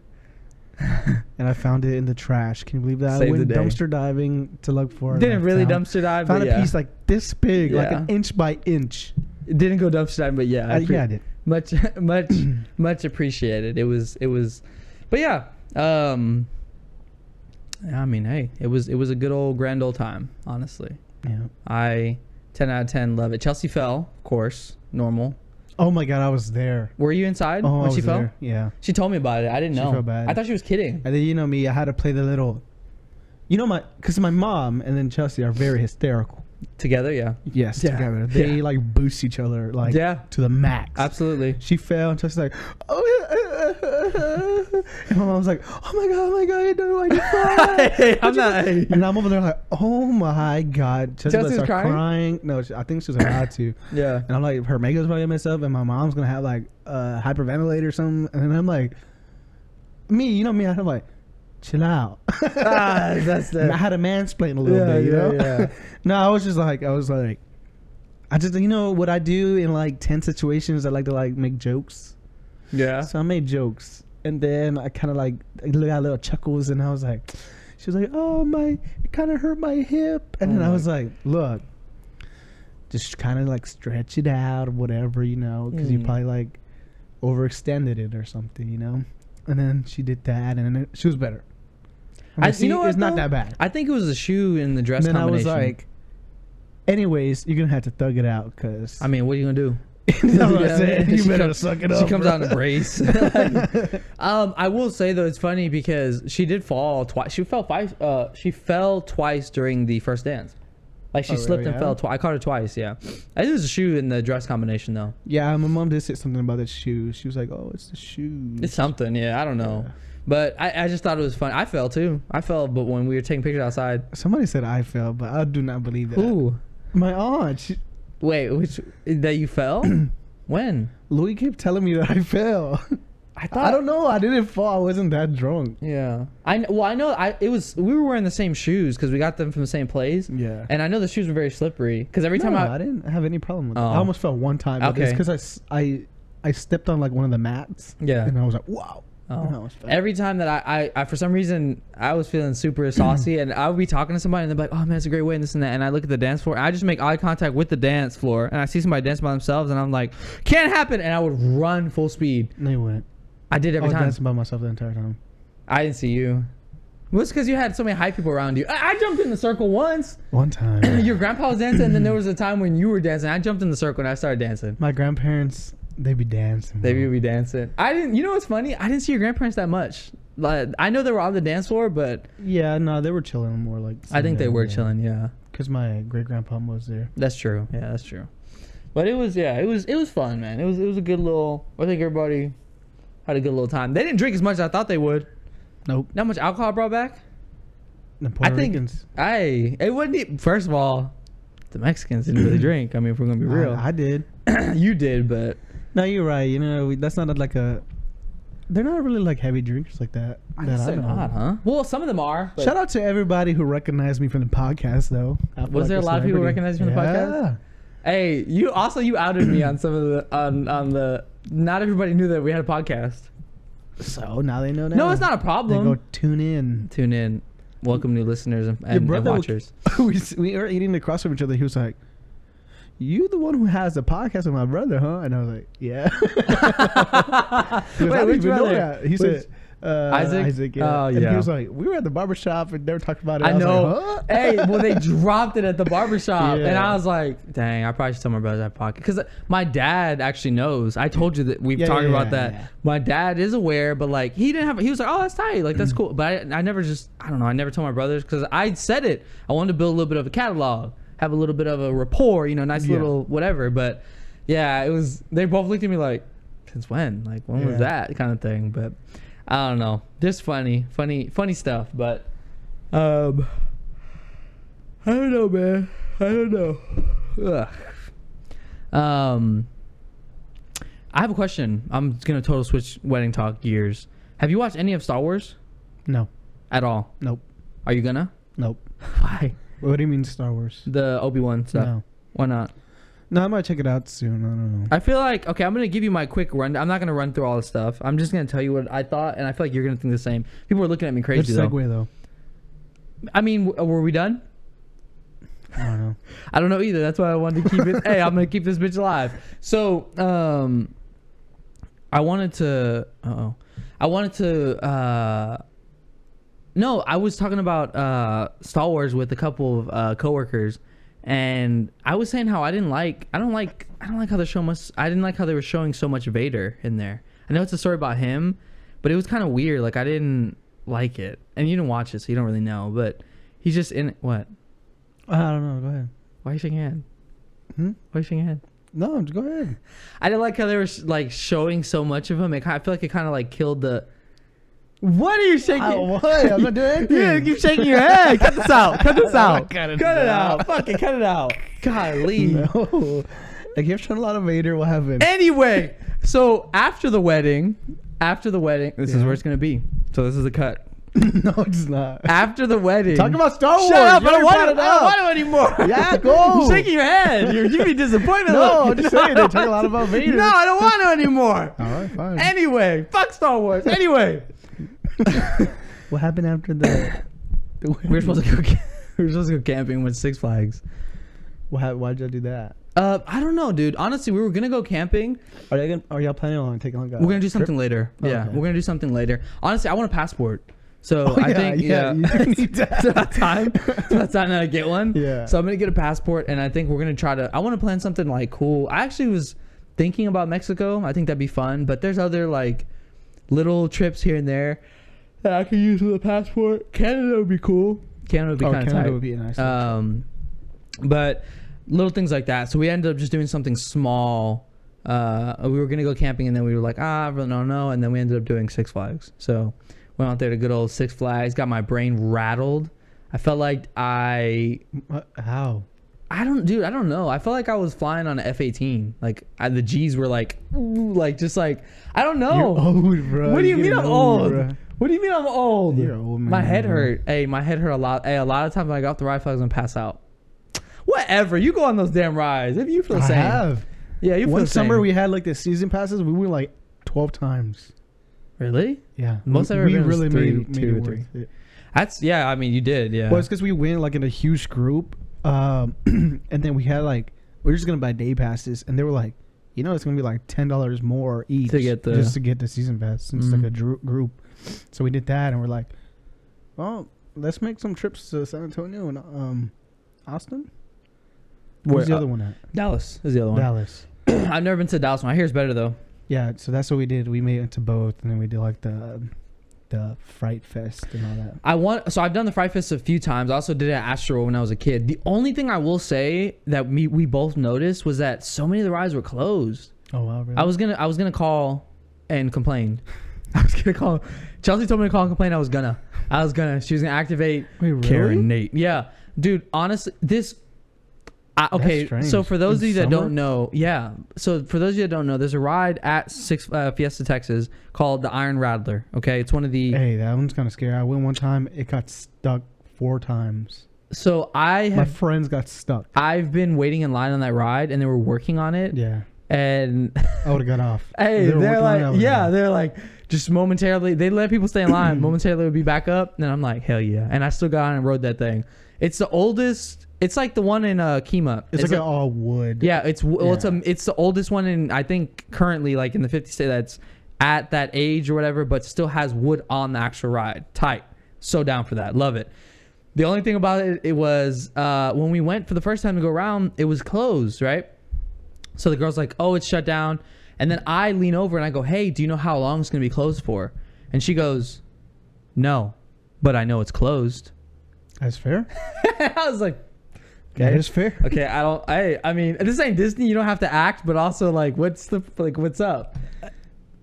Speaker 1: And I found it in the trash. Can you believe that? I
Speaker 2: Saved
Speaker 1: went
Speaker 2: the day.
Speaker 1: dumpster diving to look for it.
Speaker 2: Didn't
Speaker 1: and I
Speaker 2: really
Speaker 1: found-
Speaker 2: dumpster dive,
Speaker 1: Found
Speaker 2: but
Speaker 1: a
Speaker 2: yeah.
Speaker 1: piece like this big, like
Speaker 2: Yeah.
Speaker 1: an inch by inch.
Speaker 2: Didn't go dumpster diving, but yeah, I
Speaker 1: Uh,
Speaker 2: appre-
Speaker 1: yeah, I did.
Speaker 2: much, much, much appreciated. It was, it was, but yeah, um, I mean, hey, it was, it was a good old grand old time. Honestly,
Speaker 1: Yeah.
Speaker 2: I ten out of ten love it. Chelsea fell, of course, normal.
Speaker 1: Oh my god, I was there.
Speaker 2: Were you inside
Speaker 1: Oh, I
Speaker 2: when
Speaker 1: was
Speaker 2: she fell?
Speaker 1: there. Yeah.
Speaker 2: She told me about it. I didn't
Speaker 1: She
Speaker 2: know.
Speaker 1: felt bad.
Speaker 2: I thought she was kidding.
Speaker 1: And then you know me, I had to play the little. You know my, cause my mom and then Chelsea are very hysterical.
Speaker 2: Together, yeah,
Speaker 1: Yes,
Speaker 2: Yeah.
Speaker 1: together they
Speaker 2: Yeah.
Speaker 1: like boost each other like
Speaker 2: Yeah.
Speaker 1: to the max.
Speaker 2: absolutely.
Speaker 1: She fell and Chelsea's like, oh, yeah, uh, uh, uh, uh." and my mom's like, oh my god, oh my god, I don't know why you fall.
Speaker 2: Hey, I'm not. hey.
Speaker 1: And I'm over there like, oh my god, Chelsea
Speaker 2: Chelsea's
Speaker 1: starts
Speaker 2: crying?
Speaker 1: crying. No, she, I think she's allowed to.
Speaker 2: Yeah.
Speaker 1: And I'm like, her makeup's probably gonna mess up, and my mom's gonna have like uh, hyperventilate or something. And then I'm like, me, you know me, I'm like, chill out.
Speaker 2: ah, that's
Speaker 1: And I
Speaker 2: the
Speaker 1: had a mansplain a little
Speaker 2: Yeah,
Speaker 1: bit, you
Speaker 2: yeah,
Speaker 1: know.
Speaker 2: yeah.
Speaker 1: no, I was just like, I was like, I just, you know, what I do in like ten situations, I like to like make jokes.
Speaker 2: yeah.
Speaker 1: So I made jokes, and then I kind of like I got little chuckles, and I was like, she was like, "Oh my, it kind of hurt my hip," and
Speaker 2: Oh
Speaker 1: then I
Speaker 2: my-
Speaker 1: was like, "Look, just kind of like stretch it out or whatever, you know, because you
Speaker 2: Mm.
Speaker 1: probably like overextended it or something, you know." And then she did that, and then it- she was better. I'm
Speaker 2: I-
Speaker 1: like,
Speaker 2: you
Speaker 1: "See,
Speaker 2: know what,
Speaker 1: it's not
Speaker 2: though?
Speaker 1: that bad.
Speaker 2: I think it was the shoe in the dress
Speaker 1: And then I was
Speaker 2: combination.
Speaker 1: like, "Anyways, you're gonna have to thug it out, cause
Speaker 2: I mean, what are you gonna do?
Speaker 1: No,
Speaker 2: You know,
Speaker 1: that's it.
Speaker 2: and
Speaker 1: You
Speaker 2: she
Speaker 1: better
Speaker 2: comes-
Speaker 1: suck it
Speaker 2: She
Speaker 1: up,
Speaker 2: comes
Speaker 1: bro.
Speaker 2: out in a brace. um, I will say though, it's funny because she did fall twice. She fell five. Uh, she fell twice during the first dance. Like she
Speaker 1: Oh,
Speaker 2: slipped
Speaker 1: really?
Speaker 2: and fell. Twi- I caught her twice. Yeah, I think it was a shoe in the dress combination though.
Speaker 1: Yeah, my mom did say something about the shoes. She was like, "Oh, it's the shoes."
Speaker 2: It's something. Yeah, I don't know.
Speaker 1: Yeah.
Speaker 2: But I, I just thought it was fun. I fell too. I fell, but when we were taking pictures outside.
Speaker 1: Somebody said I fell, but I do not believe that.
Speaker 2: Who?
Speaker 1: My aunt. She,
Speaker 2: Wait, which that you fell? when?
Speaker 1: Louis kept telling me that I fell.
Speaker 2: I thought
Speaker 1: I don't know. I didn't fall. I wasn't that drunk.
Speaker 2: Yeah, I kn- well I know I it was we were wearing the same shoes because we got them from the same place,
Speaker 1: Yeah.
Speaker 2: and I know the shoes were very slippery because every time
Speaker 1: no,
Speaker 2: I,
Speaker 1: I, didn't have any problem with it.
Speaker 2: Oh.
Speaker 1: I almost fell one time. But it's
Speaker 2: Okay.
Speaker 1: because I, s- I, I stepped on like one of the mats.
Speaker 2: Yeah.
Speaker 1: And I was like, wow.
Speaker 2: Oh.
Speaker 1: And I was fat.
Speaker 2: every time that I, I I for some reason I was feeling super saucy and I would be talking to somebody and they're like oh man it's a great way and this and that and I look at the dance floor and I just make eye contact with the dance floor and I see somebody dance by themselves and I'm like can't happen and I would run full speed.
Speaker 1: no, you wouldn't.
Speaker 2: I did
Speaker 1: I
Speaker 2: every
Speaker 1: was
Speaker 2: time.
Speaker 1: dancing by myself the entire time.
Speaker 2: I didn't see you. Well, it's because you had so many high people around you. I, I jumped in the circle once.
Speaker 1: One time.
Speaker 2: Your grandpa was dancing, and then there was a time when you were dancing. I jumped in the circle and I started dancing.
Speaker 1: my grandparents, they be dancing.
Speaker 2: They
Speaker 1: bro.
Speaker 2: would be dancing. I didn't. You know what's funny? I didn't see your grandparents that much. Like I know they were on the dance floor, but
Speaker 1: Yeah, no, they were chilling more like.
Speaker 2: I think they were chilling. Yeah,
Speaker 1: Because my great grandpa was there.
Speaker 2: that's true. Yeah, that's true. But it was yeah, it was it was fun, man. It was it was a good little. I think everybody had a good little time. They didn't drink as much as I thought they would.
Speaker 1: Nope.
Speaker 2: Not much alcohol brought back.
Speaker 1: The Puerto
Speaker 2: I think.
Speaker 1: Ricans.
Speaker 2: Hey, it wasn't. e- First of all, the Mexicans didn't really drink. I mean, if we're gonna be real,
Speaker 1: I, I did.
Speaker 2: you did, but
Speaker 1: No, you're right. You know, we, that's not like a. They're not really like heavy drinkers like that.
Speaker 2: I
Speaker 1: that
Speaker 2: guess they're
Speaker 1: know.
Speaker 2: not, huh? Well, some of them are. but-
Speaker 1: Shout out to everybody who recognized me from the podcast, though. I feel
Speaker 2: Was there a lot of people who recognized you from the podcast?
Speaker 1: Yeah.
Speaker 2: Hey, you also you outed me on some of the on on the. Not everybody knew that we had a podcast.
Speaker 1: So now they know. Now.
Speaker 2: No, it's not a
Speaker 1: They
Speaker 2: problem.
Speaker 1: go tune in.
Speaker 2: Tune in, welcome new listeners and, and, and
Speaker 1: brother will-
Speaker 2: watchers.
Speaker 1: we, s- we were eating across from each other. He was like, "You the one who has the podcast with my brother, huh?" And I was like, "Yeah." He goes,
Speaker 2: Wait,
Speaker 1: I
Speaker 2: which
Speaker 1: didn't even know
Speaker 2: brother?
Speaker 1: that. He
Speaker 2: Which-
Speaker 1: said. Uh,
Speaker 2: Isaac?
Speaker 1: Isaac, yeah.
Speaker 2: Oh,
Speaker 1: And
Speaker 2: yeah.
Speaker 1: he was like, we were at the barber shop and they were talking about it.
Speaker 2: I
Speaker 1: was
Speaker 2: know.
Speaker 1: Like, huh?
Speaker 2: hey, well, they dropped it at the barbershop, and
Speaker 1: Yeah.
Speaker 2: I was like, "Dang, I probably should tell my brother that pocket." Because my dad actually knows. I told you that we've
Speaker 1: Yeah,
Speaker 2: talked
Speaker 1: yeah,
Speaker 2: about
Speaker 1: yeah,
Speaker 2: that.
Speaker 1: yeah.
Speaker 2: My dad is aware, but like he didn't have. He was like, "Oh, that's tight. Like that's cool." But I, I never just. I don't know. I never told my brothers because I said it. I wanted to build a little bit of a catalog, have a little bit of a rapport. You know, nice
Speaker 1: Yeah.
Speaker 2: little whatever. But yeah, it was. They both looked at me like, "Since when? Like when was
Speaker 1: Yeah.
Speaker 2: that kind of thing?" But I don't know. Just funny, funny, funny stuff. But um, I don't know, man. I don't know. Ugh. Um, I have a question. I'm just gonna total switch wedding talk gears. Have you watched any of Star Wars
Speaker 1: No,
Speaker 2: at all?
Speaker 1: nope,
Speaker 2: Are you gonna?
Speaker 1: nope.
Speaker 2: Why
Speaker 1: What do you mean Star Wars?
Speaker 2: the Obi Wan stuff?
Speaker 1: No,
Speaker 2: Why not?
Speaker 1: no, I might check it out soon. I don't know.
Speaker 2: I feel like okay. I'm gonna give you my quick run. I'm not gonna run through all the stuff. I'm just gonna tell you what I thought, and I feel like you're gonna think the same. People are looking at me
Speaker 1: Good
Speaker 2: crazy though.
Speaker 1: segue though.
Speaker 2: I mean, w- were we done?
Speaker 1: I don't know.
Speaker 2: I don't know either. That's why I wanted to keep it. hey, I'm gonna keep this bitch alive. So, um, I wanted to. Oh, I wanted to. Uh, no, I was talking about uh, Star Wars with a couple of uh, coworkers, and I was saying how I didn't like. I don't like. I don't like how the show must. I didn't like how they were showing so much Vader in there. I know it's a story about him, but it was kind of weird. Like I didn't like it, and you didn't watch it, so you don't really know. But he's just in it. What?
Speaker 1: I don't know. Go ahead.
Speaker 2: Why are you shaking your head?
Speaker 1: Hmm?
Speaker 2: Why are you shaking your head?
Speaker 1: No, just go ahead.
Speaker 2: I didn't like how they were sh- like showing so much of him. It, ki- I feel like it kind of like killed the. What are you shaking?
Speaker 1: I- what? I'm not doing anything.
Speaker 2: Yeah, keep shaking your head. Cut this out. Cut this out.
Speaker 1: Cut it
Speaker 2: cut it
Speaker 1: out.
Speaker 2: out. Fucking cut it out. Golly.
Speaker 1: No. Like you've shown a lot of Vader. What
Speaker 2: Eh.
Speaker 1: happened?
Speaker 2: Anyway, so after the wedding, after the wedding, this is
Speaker 1: Yeah.
Speaker 2: where it's gonna be. So this is the cut.
Speaker 1: no, it's not.
Speaker 2: After the wedding,
Speaker 1: Talking about Star Wars.
Speaker 2: Shut up!
Speaker 1: You
Speaker 2: I don't
Speaker 1: already
Speaker 2: want
Speaker 1: Oh, brought it
Speaker 2: to. I don't
Speaker 1: up.
Speaker 2: want to anymore.
Speaker 1: Yeah, go.
Speaker 2: You're shaking your head. You're giving me disappointment.
Speaker 1: No,
Speaker 2: look.
Speaker 1: I'm just saying they talk a lot about Vader.
Speaker 2: No, I don't want to anymore.
Speaker 1: All right, fine.
Speaker 2: Anyway, fuck Star Wars. Anyway,
Speaker 1: what happened after the? the
Speaker 2: we were supposed to go. ca- We were supposed to go camping with Six Flags.
Speaker 1: What hap- why'd y'all do that?
Speaker 2: Uh, I don't know, dude. Honestly, we were gonna go camping.
Speaker 1: Are you gonna, Are y'all planning on taking like a?
Speaker 2: We're gonna do something later.
Speaker 1: Oh,
Speaker 2: yeah,
Speaker 1: okay. Oh,
Speaker 2: we're gonna do something later. Honestly, I want a passport. So I
Speaker 1: yeah,
Speaker 2: think
Speaker 1: yeah,
Speaker 2: yeah,
Speaker 1: you need that.
Speaker 2: it's about time. It's about time that I get one.
Speaker 1: Yeah.
Speaker 2: So I'm gonna get a passport, and I think we're gonna try to. I want to plan something like cool. I actually was thinking about Mexico. I think that'd be fun. But there's other like little trips here and there that I could use with a passport. Canada would be cool. Canada would be
Speaker 1: Oh,
Speaker 2: kind of
Speaker 1: Canada
Speaker 2: tight.
Speaker 1: would be a nice. one.
Speaker 2: Um, but little things like that. So we ended up just doing something small. Uh, we were gonna go camping, and then we were like, ah, I don't know, and then we ended up doing Six Flags. So went out there to good old Six Flags. Got my brain rattled. I felt like I,
Speaker 1: What- how?
Speaker 2: I don't, dude, I don't know. I felt like I was flying on an F eighteen. Like I, the G's were like, ooh, like just like I don't know.
Speaker 1: You're old, bro.
Speaker 2: Oh. What do you
Speaker 1: You're
Speaker 2: mean I'm
Speaker 1: getting
Speaker 2: old?
Speaker 1: bruh.
Speaker 2: What do you mean I'm old?
Speaker 1: You're an old
Speaker 2: My
Speaker 1: man,
Speaker 2: head
Speaker 1: bro.
Speaker 2: hurt. Hey, my head hurt a lot. Hey, a lot of times when I go off the ride flags and pass out. Whatever. You go on those damn rides. If you feel
Speaker 1: I
Speaker 2: the same.
Speaker 1: have.
Speaker 2: Yeah, you feel
Speaker 1: One
Speaker 2: the same.
Speaker 1: summer we had like the season passes. We went like twelve times.
Speaker 2: really?
Speaker 1: Yeah,
Speaker 2: Most
Speaker 1: we,
Speaker 2: I've ever
Speaker 1: we
Speaker 2: been was
Speaker 1: really
Speaker 2: three,
Speaker 1: made, made
Speaker 2: two
Speaker 1: it
Speaker 2: or
Speaker 1: worth
Speaker 2: three.
Speaker 1: it.
Speaker 2: That's yeah. I mean, you did. Yeah.
Speaker 1: Well, it's because we went like in a huge group, um, and then we had like we are just gonna buy day passes, and they were like, you know, it's gonna be like ten dollars more each
Speaker 2: To get the-
Speaker 1: just to get the season pass since it's like
Speaker 2: Mhm.
Speaker 1: a dru- group. So we did that, and we're like, well, let's make some trips to San Antonio and um, Austin. Where's
Speaker 2: Where-
Speaker 1: the
Speaker 2: uh,
Speaker 1: other one at?
Speaker 2: Dallas is the other one.
Speaker 1: Dallas.
Speaker 2: I've never been to Dallas one. I hear it's better though.
Speaker 1: Yeah, so that's what we did. We made it to both, and then we did like the the fright fest and all that.
Speaker 2: I want so I've done the Fry Fest a few times. I also did it at Astro when I was a kid. The only thing I will say that me, we both noticed was that so many of the rides were closed.
Speaker 1: Oh wow, really?
Speaker 2: I was gonna I was gonna call and complain. I was gonna call. Chelsea told me to call and complain. I was gonna. I was gonna. She was gonna activate
Speaker 1: Wait, really?
Speaker 2: Karen Nate. Yeah, dude. Honestly, this. I, okay,
Speaker 1: strange.
Speaker 2: so for those
Speaker 1: In
Speaker 2: of you that
Speaker 1: summer?
Speaker 2: don't know, yeah. So for those of you that don't know, there's a ride at Six uh, Fiesta Texas called the Iron Rattler. Okay, it's one of the.
Speaker 1: Hey, that one's kind of scary. I went one time. It got stuck four times.
Speaker 2: So I
Speaker 1: My
Speaker 2: have
Speaker 1: friends got stuck.
Speaker 2: I've been waiting in line on that ride, and they were working on it,
Speaker 1: Yeah,
Speaker 2: and
Speaker 1: I would have got off.
Speaker 2: Hey,
Speaker 1: They
Speaker 2: they're,
Speaker 1: were working on it, I
Speaker 2: like,
Speaker 1: would've
Speaker 2: yeah,
Speaker 1: got off.
Speaker 2: they're like, just momentarily, they let people stay in line. momentarily, would be back up, and I'm like, hell yeah, and I still got on and rode that thing. It's the oldest. It's like the one in uh, Kima.
Speaker 1: It's, like
Speaker 2: a-
Speaker 1: an all wood.
Speaker 2: yeah, it's well, it's
Speaker 1: Yeah.
Speaker 2: a, it's the oldest one in I think currently like in the 50 state that's at that age or whatever, but still has wood on the actual ride. Tight, so down for that. Love it. The only thing about it, it was uh, when we went for the first time to go around, it was closed, right? So the girl's like, "Oh, it's shut down," and then I lean over and I go, "Hey, do you know how long it's gonna be closed for?" And she goes, "No, but I know it's closed."
Speaker 1: that's fair.
Speaker 2: I was like,
Speaker 1: That is fair.
Speaker 2: okay i don't i i mean this ain't disney you don't have to act but also like what's the like what's up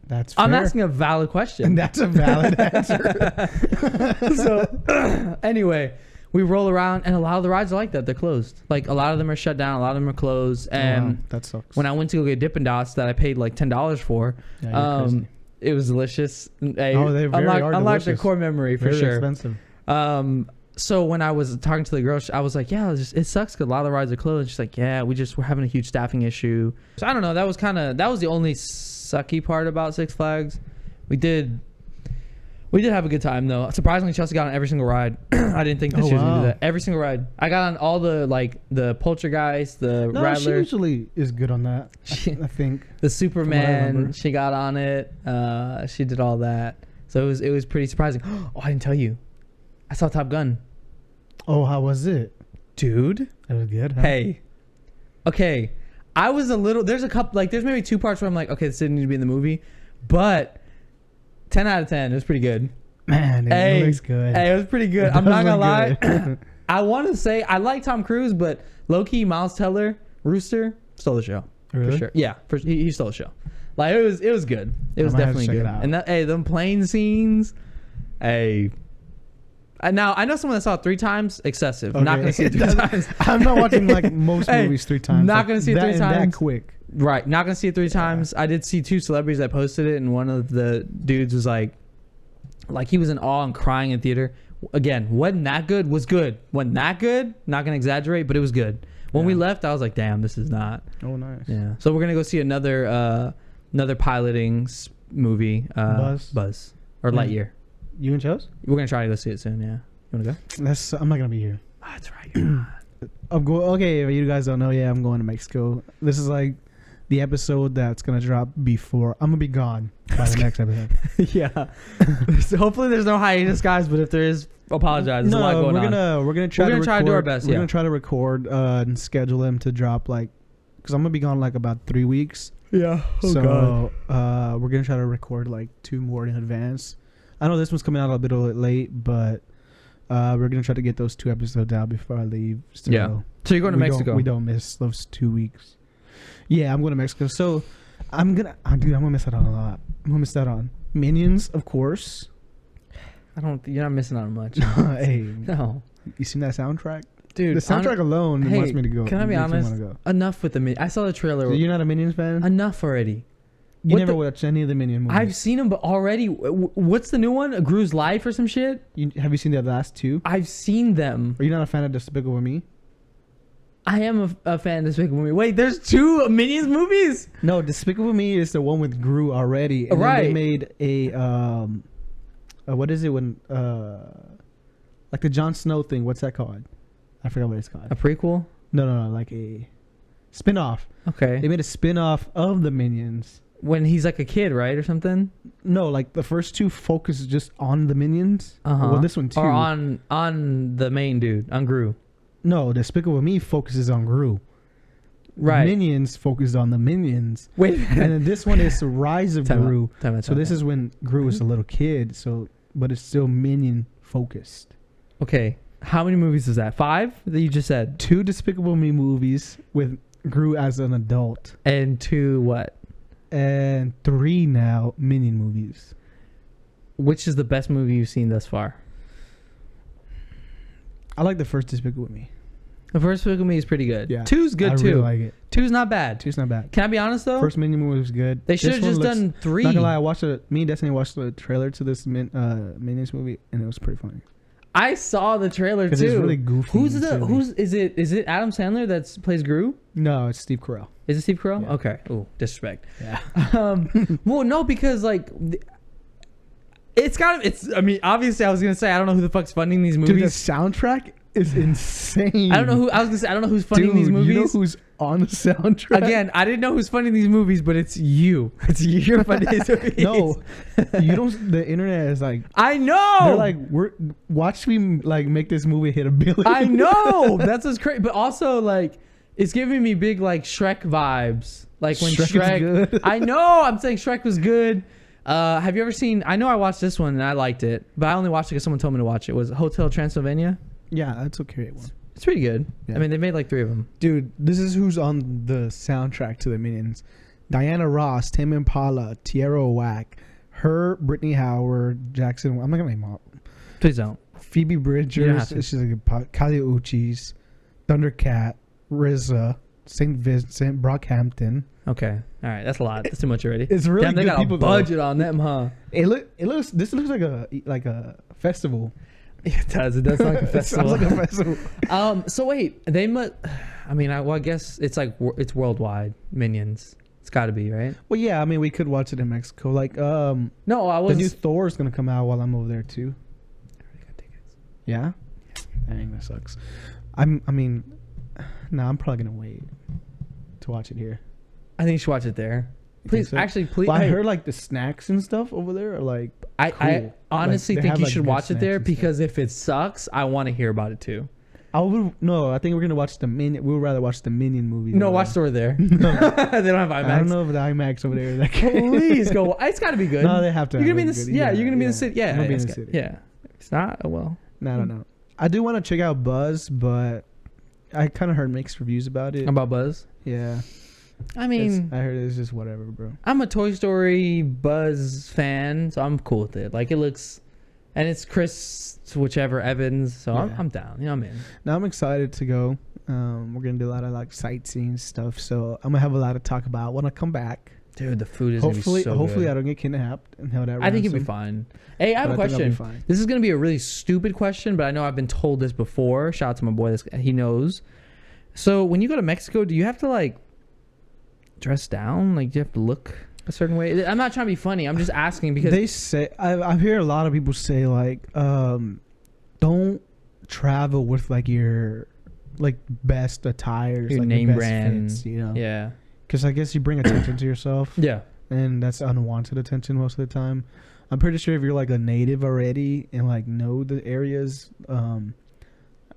Speaker 1: That's fair.
Speaker 2: i'm asking a valid
Speaker 1: And
Speaker 2: question
Speaker 1: that's a valid answer.
Speaker 2: so anyway we roll around and a lot of the rides are like that they're closed like a lot of them are shut down a lot of them are closed and
Speaker 1: Wow, that sucks.
Speaker 2: when i went to go get dippin' dots that i paid like $10 for
Speaker 1: Yeah, you're
Speaker 2: um
Speaker 1: crazy.
Speaker 2: it was delicious Hey,
Speaker 1: Oh, they very
Speaker 2: unlocked,
Speaker 1: are
Speaker 2: unlocked the
Speaker 1: delicious.
Speaker 2: core memory for
Speaker 1: Very
Speaker 2: sure
Speaker 1: expensive.
Speaker 2: Um, so when I was talking to the girl, she- I was like, "Yeah, it, just, it sucks 'cause a lot of the rides are closed." She's like, "Yeah, we just we're having a huge staffing issue." So I don't know. That was kind of that was the only sucky part about Six Flags. We did, we did have a good time though. Surprisingly, Chelsea got on every single ride. I didn't think that
Speaker 1: Oh,
Speaker 2: she was gonna do
Speaker 1: wow.
Speaker 2: that. Every single ride, I got on all the like the Poltergeist, the
Speaker 1: No, she
Speaker 2: Rattler,
Speaker 1: usually is good on that.
Speaker 2: She-
Speaker 1: I think. remember.
Speaker 2: the Superman. She got on it. Uh, she did all that. So it was it was pretty surprising. Oh, I didn't tell you. I saw Top Gun,
Speaker 1: Oh, how was it?
Speaker 2: dude.
Speaker 1: It was good. Huh?
Speaker 2: Hey. Okay. I was a little there's a couple like there's maybe two parts where I'm like, okay, this didn't need to be in the movie. But ten out of ten, it was pretty good.
Speaker 1: man, it
Speaker 2: Hey.
Speaker 1: looks good.
Speaker 2: Hey, it was pretty good.
Speaker 1: It
Speaker 2: I'm
Speaker 1: does
Speaker 2: not gonna lie.
Speaker 1: look good.
Speaker 2: I wanna say I like Tom Cruise, but low key Miles Teller, Rooster, stole the show. For
Speaker 1: Really?
Speaker 2: sure. Yeah, for he, he stole the show. Like it was it was good. It
Speaker 1: I
Speaker 2: was
Speaker 1: might have to
Speaker 2: definitely
Speaker 1: check it
Speaker 2: good.
Speaker 1: out.
Speaker 2: and that hey, them plane scenes. Hey. And now I know someone that saw it three times, excessive.
Speaker 1: Okay.
Speaker 2: Not gonna see it three
Speaker 1: It doesn't-
Speaker 2: times.
Speaker 1: I'm not watching like most
Speaker 2: Hey,
Speaker 1: movies three times.
Speaker 2: not
Speaker 1: like,
Speaker 2: gonna see it
Speaker 1: that,
Speaker 2: three
Speaker 1: and
Speaker 2: times.
Speaker 1: that quick.
Speaker 2: Right. Not gonna see it three times. I did see two celebrities that posted it, and one of the dudes was like, like he was in awe and crying in theater. Again, wasn't that good? Was good. Wasn't that good? Not gonna exaggerate, but it was good. When we
Speaker 1: Yeah.
Speaker 2: left, I was like, damn, this is not.
Speaker 1: Oh, nice.
Speaker 2: Yeah. So we're gonna go see another uh another piloting s- movie. Uh,
Speaker 1: Buzz? Hmm.
Speaker 2: Buzz or
Speaker 1: Yeah.
Speaker 2: Lightyear.
Speaker 1: You and Chels?
Speaker 2: We're gonna try to go see it soon. Yeah. You wanna go?
Speaker 1: That's. I'm not gonna be here.
Speaker 2: Oh, that's right. you're not.
Speaker 1: I'm going. Okay, if you guys don't know, yeah, I'm going to Mexico. This is like the episode that's gonna drop before I'm gonna be gone by the next episode.
Speaker 2: yeah. so hopefully there's no hiatus, guys. But if there is, apologize. There's a lot going
Speaker 1: we're
Speaker 2: on.
Speaker 1: gonna we're gonna try
Speaker 2: We're
Speaker 1: to
Speaker 2: gonna try to do our
Speaker 1: record-
Speaker 2: best,
Speaker 1: We're
Speaker 2: yeah.
Speaker 1: gonna try to record uh, and schedule him to drop like, cause I'm gonna be gone like about three weeks.
Speaker 3: Yeah. Oh god.
Speaker 1: so uh, we're gonna try to record like two more in advance. I know this one's coming out a bit late, but uh, we're gonna try to get those two episodes out before I leave. So
Speaker 3: Yeah. So you're going to
Speaker 1: we don't-
Speaker 3: Mexico?
Speaker 1: we don't miss those two weeks. Yeah, I'm going to Mexico. So I'm gonna, oh, dude, I'm gonna miss out on a lot. I'm gonna miss out on Minions, of course.
Speaker 2: I don't. You're not missing out on much.
Speaker 1: hey,
Speaker 2: no,
Speaker 1: you seen that soundtrack?
Speaker 2: dude.
Speaker 1: the
Speaker 2: hon-
Speaker 1: soundtrack alone
Speaker 2: Hey,
Speaker 1: wants me to go.
Speaker 2: can I be
Speaker 1: makes me
Speaker 2: honest?
Speaker 1: wanna Go.
Speaker 2: enough with the. Min- I saw the trailer.
Speaker 1: So you're not a Minions fan?
Speaker 2: enough already.
Speaker 1: you
Speaker 2: what
Speaker 1: never
Speaker 2: the-
Speaker 1: watched any of the Minion movies.
Speaker 2: I've seen them, but already. w- What's the new one? A Gru's Life or some shit?
Speaker 1: You- have you seen the last two?
Speaker 2: I've seen them.
Speaker 1: Are you not a fan of Despicable Me?
Speaker 2: I am a, a fan of Despicable Me. Wait, there's two Minions movies.
Speaker 1: No, Despicable Me is the one with Gru already. And
Speaker 2: Right.
Speaker 1: Then they made a um, uh, what is it when uh, like the Jon Snow thing? What's that called? I forgot what it's called.
Speaker 2: A prequel.
Speaker 1: No, no, no, like a spin-off. They
Speaker 2: Okay.
Speaker 1: made a spin-off of the Minions.
Speaker 2: When he's like a kid, right, or something,
Speaker 1: No, like the first two focus just on the Minions.
Speaker 2: Uh-huh.
Speaker 1: Well, this one too.
Speaker 2: or on on the main dude, on Gru.
Speaker 1: no, Despicable Me focuses on Gru.
Speaker 2: Right.
Speaker 1: Minions focuses on the Minions,
Speaker 2: Wait.
Speaker 1: and then this one is the Rise of
Speaker 2: Time out,
Speaker 1: Gru.
Speaker 2: time out,
Speaker 1: So
Speaker 2: time
Speaker 1: this
Speaker 2: out.
Speaker 1: is when Gru was a little kid. So, but it's still minion focused.
Speaker 2: okay. How many movies is that? Five that you just said,
Speaker 1: Two Despicable Me movies with Gru as an adult,
Speaker 2: and two what?
Speaker 1: and three now minion movies.
Speaker 2: Which is the best movie you've seen thus far?
Speaker 1: I like the first Despicable Me.
Speaker 2: The first Despicable Me is pretty good.
Speaker 1: Yeah.
Speaker 2: Two's good
Speaker 1: I
Speaker 2: too.
Speaker 1: Really like it.
Speaker 2: Two's not bad.
Speaker 1: Two's not bad.
Speaker 2: Can I be honest though?
Speaker 1: First minion movie was good.
Speaker 2: they
Speaker 1: This
Speaker 2: should have
Speaker 1: one
Speaker 2: just
Speaker 1: looks-
Speaker 2: done three.
Speaker 1: Not gonna lie, I watched a, me and Destiny watched the trailer to this min, uh, minions movie, and it was pretty funny.
Speaker 2: I saw the trailer
Speaker 1: Because
Speaker 2: too.
Speaker 1: it's really goofy.
Speaker 2: who's
Speaker 1: and
Speaker 2: the
Speaker 1: silly.
Speaker 2: who's is it is it Adam Sandler that's plays Gru?
Speaker 1: No, it's Steve Carell.
Speaker 2: Is it Steve Carell?
Speaker 1: Yeah.
Speaker 2: Okay. Ooh, disrespect.
Speaker 1: Yeah.
Speaker 2: Um, well, no, because like. th- It's got. It's. I mean, obviously, I was gonna say I don't know who the fuck's funding these
Speaker 1: Dude, the
Speaker 2: movies.
Speaker 1: soundtrack is insane.
Speaker 2: I don't know who. I was gonna say I don't know who's funding
Speaker 1: Dude,
Speaker 2: these movies.
Speaker 1: You know who's on the soundtrack?
Speaker 2: Again, I didn't know who's funding these movies, but it's you. It's you you're funding these movies.
Speaker 1: No, you don't. The internet is like
Speaker 2: I know.
Speaker 1: they're like we're watch me like make this movie hit a billion.
Speaker 2: I know. That's what's crazy. But also, like, it's giving me big like Shrek vibes. Like when
Speaker 1: Shrek is
Speaker 2: Shrek.
Speaker 1: good.
Speaker 2: I know. I'm saying Shrek was good. Uh, have you ever seen? I know I watched this one and I liked it, but I only watched it because someone told me to watch it. Was Hotel Transylvania?
Speaker 1: yeah, that's okay. One.
Speaker 2: It's pretty good.
Speaker 1: Yeah.
Speaker 2: I mean, they made like three of them.
Speaker 1: Dude, this is who's on the soundtrack to the Minions: Diana Ross, Tim Impala, Tierra Whack, her, Brittany Howard, Jackson. I'm not gonna name all.
Speaker 2: Please don't.
Speaker 1: Phoebe Bridgers.
Speaker 2: have to.
Speaker 1: She's like a Kali Uchis, Thundercat, RZA, Saint Vincent, Brockhampton.
Speaker 2: Okay. All right. That's a lot. That's too much already.
Speaker 1: It's really
Speaker 2: Damn, they
Speaker 1: good
Speaker 2: got
Speaker 1: people,
Speaker 2: a
Speaker 1: though.
Speaker 2: budget on them, huh?
Speaker 1: It look. It looks. This looks like a like a festival.
Speaker 2: It does. It does sound like a
Speaker 1: It sounds
Speaker 2: festival.
Speaker 1: like a festival.
Speaker 2: um. So wait, they must. I mean, I, well, I guess it's like wor- it's worldwide minions. It's got to be right.
Speaker 1: Well, yeah, I mean, we could watch it in Mexico. Like, um,
Speaker 2: No, I was.
Speaker 1: the new Thor is gonna come out while I'm over there too. Yeah. Dang, that sucks. I'm. I mean, no, I'm probably gonna wait to watch it here.
Speaker 2: I think you should watch it there.
Speaker 1: You think
Speaker 2: Please,
Speaker 1: so?
Speaker 2: actually, please.
Speaker 1: Well, I
Speaker 2: hey,
Speaker 1: heard like the snacks and stuff over there are like.
Speaker 2: I, I
Speaker 1: cool.
Speaker 2: honestly
Speaker 1: Like, they
Speaker 2: think
Speaker 1: have,
Speaker 2: you
Speaker 1: like,
Speaker 2: should
Speaker 1: good
Speaker 2: watch it
Speaker 1: snacks
Speaker 2: there
Speaker 1: and stuff.
Speaker 2: because if it sucks, I want to hear about it too.
Speaker 1: I would no. I think we're gonna watch the minion. We would rather watch the minion movie.
Speaker 2: No,
Speaker 1: than-
Speaker 2: watch Thor there. they don't have IMAX.
Speaker 1: I don't know if the IMAX over there. Like,
Speaker 2: Please go. It's got to be good.
Speaker 1: No, they have to.
Speaker 2: You're gonna
Speaker 1: have
Speaker 2: be in
Speaker 1: it
Speaker 2: the c-
Speaker 1: good.
Speaker 2: yeah. You're gonna be in the city. Yeah,
Speaker 1: I'm gonna be in
Speaker 2: it's
Speaker 1: the
Speaker 2: got-
Speaker 1: city.
Speaker 2: Yeah, it's not. oh, Well,
Speaker 1: No, I don't know. I do want to check out Buzz, but I kind of heard mixed reviews about it.
Speaker 2: about Buzz.
Speaker 1: yeah,
Speaker 2: I
Speaker 1: It's-
Speaker 2: mean,
Speaker 1: I heard it's just whatever, bro.
Speaker 2: I'm a Toy Story Buzz fan, so I'm cool with it. Like it looks, and it's Chris whichever Evans, so I'm,
Speaker 1: Yeah.
Speaker 2: I'm down. You know, I'm in.
Speaker 1: Now I'm excited to go. Um, we're gonna do a lot of like sightseeing stuff, so I'm gonna have a lot to talk about when I come back.
Speaker 2: Dude, the food is
Speaker 1: hopefully,
Speaker 2: Gonna be so
Speaker 1: hopefully I
Speaker 2: good.
Speaker 1: don't get kidnapped and held at
Speaker 2: I think it'd be
Speaker 1: ransom,
Speaker 2: fine. Hey, I have a
Speaker 1: but I think I'll be
Speaker 2: question.
Speaker 1: fine.
Speaker 2: This is gonna be a really stupid question, but I know I've been told this before. Shout out to my boy, this he knows. So when you go to Mexico, do you have to like dress down? Like, do you have to look a certain way? I'm not trying to be funny. I'm just asking because
Speaker 1: they say I, I hear a lot of people say like, um, don't travel with like your like best attires,
Speaker 2: Your
Speaker 1: like
Speaker 2: name
Speaker 1: best
Speaker 2: brand.
Speaker 1: fits, you know,
Speaker 2: yeah,
Speaker 1: because I guess you bring attention to yourself.
Speaker 2: yeah,
Speaker 1: and that's unwanted attention most of the time. I'm pretty sure if you're like a native already and like know the areas, um,